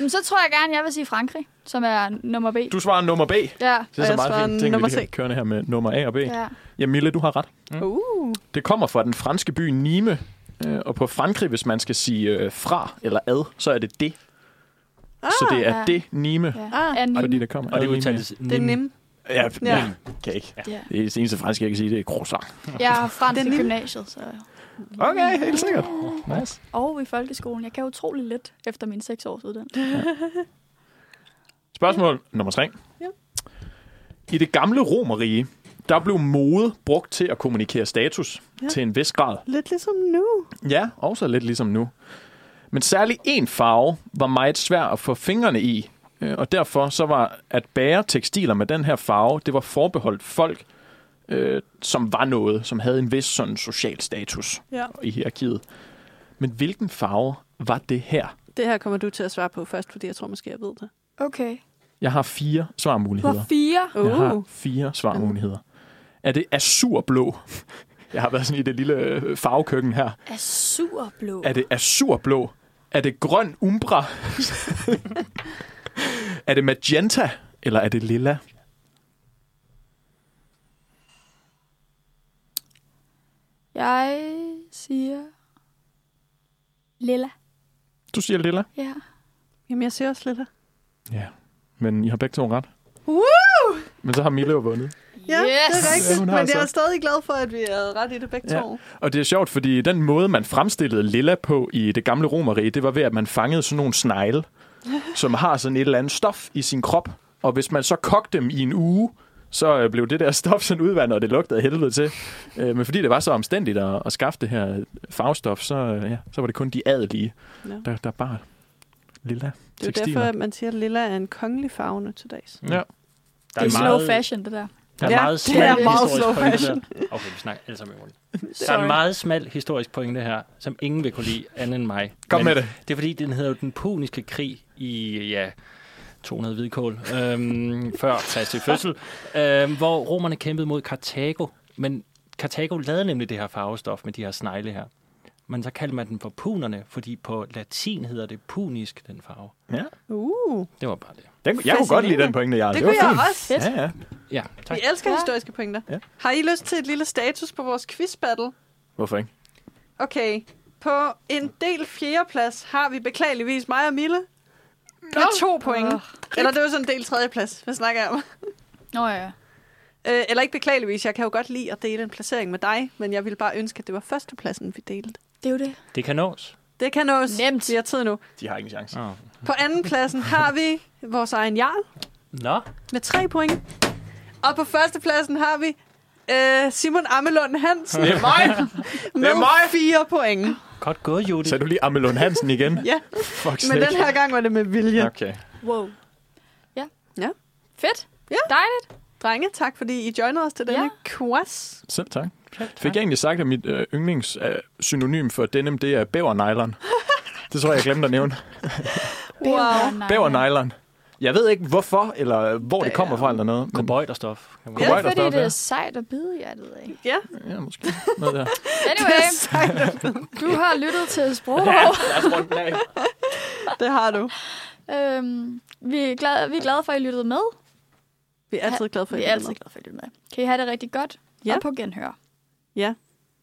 Men så tror jeg gerne, jeg vil sige Frankrig, som er nummer B.
Du svarer nummer B.
Ja.
Det er
Og
så
jeg svarer
meget fint. Tænk,
nummer
vi lige
C.
kørende her med nummer A og B. Ja.
ja.
ja, Mille, du har ret.
Uh,
Det kommer fra den franske by Nîmes. Øh, Og på Frankrig, hvis man skal sige øh, fra eller ad, så er det det. Ah, så det er
ja.
ja. det Nîmes,
ja.
Ah.
Er
ja.
Nîmes.
fordi der kommer
Og det
ad Nîmes.
udtales
det er nem.
Ja, ja.
Ja.
ja. Kan ikke.
Ja.
Det er det eneste fransk, jeg kan sige, det er croissant.
Jeg har fransk
Det er
i
Nîmes.
gymnasiet, så...
Okay, helt sikkert. Nice.
Og i folkeskolen. Jeg kan utrolig lidt efter min seks års uddannelse.
Spørgsmål ja. nummer tre.
Ja.
Ja. I det gamle romerige, der blev mode brugt til at kommunikere status
Ja.
ja. til en vis grad.
Lidt ligesom nu.
Ja, også lidt ligesom nu. Men særlig en farve var meget svær at få fingrene i, øh, og derfor så var at bære tekstiler med den her farve, det var forbeholdt folk, øh, som var noget, som havde en vis sådan social status
Ja.
i hierarkiet. Men hvilken farve var det her?
Det her kommer du til at svare på først, fordi jeg tror måske, jeg ved det.
Okay.
Jeg har fire
Du
svarmuligheder.
har fire.
Jeg har
Uh.
fire svarmuligheder. Er det azurblå? Jeg har været sådan i det lille øh, farvekøkken her.
Azurblå.
Er det azurblå? Er det grøn umbra? er det magenta? Eller er det lilla?
Jeg siger... Lilla.
Du siger lilla.
Ja.
Jamen, jeg ser også lidt her.
Ja, men I har begge to ret.
Woo!
Men så har Mille jo vundet.
Ja, yes! det er
Ja,
rigtigt.
hun
Men
har
jeg er
altså-
stadig glad for, at vi er ret i det begge
Ja.
ja. to.
Og det er sjovt, fordi den måde, man fremstillede lilla på i det gamle romerige, det var ved, at man fangede sådan nogle snegle, som har sådan et eller andet stof i sin krop. Og hvis man så kogte dem i en uge, så øh, blev det der stof sådan udvandet, og det lugtede af helvede til. Øh, Men fordi det var så omstændigt at, at skaffe det her øh, farvestof, så, øh, ja, så var det kun de adelige,
Ja.
der, der bare lilla
Det er jo derfor,
tekstiler.
at man siger, at lilla er en kongelig farve nu til dags.
Ja.
Det er slow fashion, det der.
Der er
Ja,
meget
det
smal
er meget
historisk
slow
pointe
fashion.
Der. Okay, vi snakker alle sammen i morgen. Der er
Sorry.
en meget smal historisk pointe her, som ingen vil kunne lide andet end mig.
Kom
Men
med det.
Det er fordi, den hedder jo den puniske krig i, ja, 200 hvidkål, øhm, før Kristi fødsel, øhm, hvor romerne kæmpede mod Karthago. Men Karthago lavede nemlig det her farvestof med de her snegle her. Men så kaldte man den for punerne, fordi på latin hedder det punisk, den farve.
Ja.
Uh, det,
Det var bare det.
Den, jeg kunne godt lide den pointe, Jarl.
det
var
kunne jeg
fint.
også.
Fedt.
Ja, ja.
Ja, tak.
Vi elsker
Ja.
ja. historiske pointer.
Ja.
Ja. Har I lyst til et lille status på vores quiz-battle?
Hvorfor ikke?
Okay. På en del fjerdeplads har vi beklageligvis mig og Mille. Med to point. Eller det var sådan en del tredjeplads, hvad snakker jeg om?
Nå ja.
Øh, eller ikke beklageligvis, jeg kan jo godt lide at dele en placering med dig, men jeg ville bare ønske, at det var førstepladsen, vi delte.
Det er jo det.
Det kan nås.
Det kan nås.
Nemt.
Vi har tid nu.
De har ikke en chance.
Oh.
På andenpladsen har vi vores egen Jarl
Nå,
med tre point. Og på førstepladsen har vi øh, Simon Amelund Hansen
Det er mig!
med
mig!
fire point.
godt gået, Judy.
Sagde du lige Amelund Hansen igen?
Ja,
Fuck
men den her gang var det med vilje.
Okay.
Wow. Ja.
Ja.
Fedt.
Ja.
Dejligt.
Drenge, tak fordi I joinede os til denne
Ja.
quiz.
Selv tak. Fik jeg egentlig sagt, at mit øh, yndlings øh, synonym for denim, det er bævernylon? det tror jeg, jeg glemte at nævne.
Bæverneglen.
Bævernylon. Jeg ved ikke, hvorfor, eller hvor det kommer fra, eller noget. Men,
Kobøjderstof. kan man
Ja.
Ja,
godt-
Cowboy, der
fordi
står op
det
der.
er sejt at bide jer, det ved jeg ikke.
Ja,
ja, måske. Noget der.
Anyway,
sejt.
du har lyttet til Sprogov.
det har du.
øhm, vi, er glade, vi er glade for, at I lyttede med.
Vi er altid glade for, at
Vi
I
er altid
lytter
glade for, at I lyttede med. Kan I have det rigtig godt?
Ja.
Og på genhør.
med. Ja,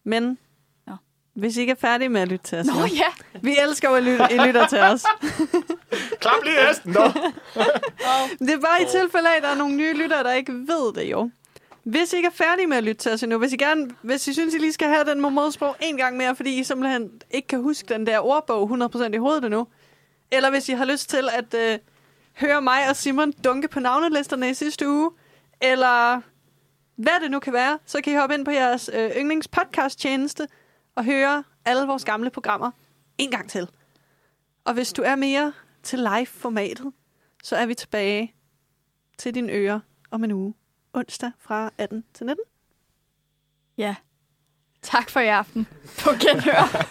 men
Nå.
hvis I ikke er færdige med at lytte til os,
Nå
nu,
ja.
vi elsker, at lyt- I lytter til os.
Klap lige hesten, dog!
Det er bare i tilfælde af, at der er nogle nye lyttere, der ikke ved det jo. Hvis I ikke er færdige med at lytte til os endnu, hvis I, gerne, hvis I synes, I lige skal have den med modsprog en gang mere, fordi I simpelthen ikke kan huske den der ordbog 100% i hovedet endnu, eller hvis I har lyst til at øh, høre mig og Simon dunke på navnelisterne i sidste uge, eller hvad det nu kan være, så kan I hoppe ind på jeres øh, yndlingspodcast-tjeneste og høre alle vores gamle programmer en gang til. Og hvis du er mere til live-formatet, så er vi tilbage til dine ører om en uge. Onsdag fra 18 til 19.
Ja. Tak for i aften. På genhør.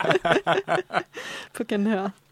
På genhør.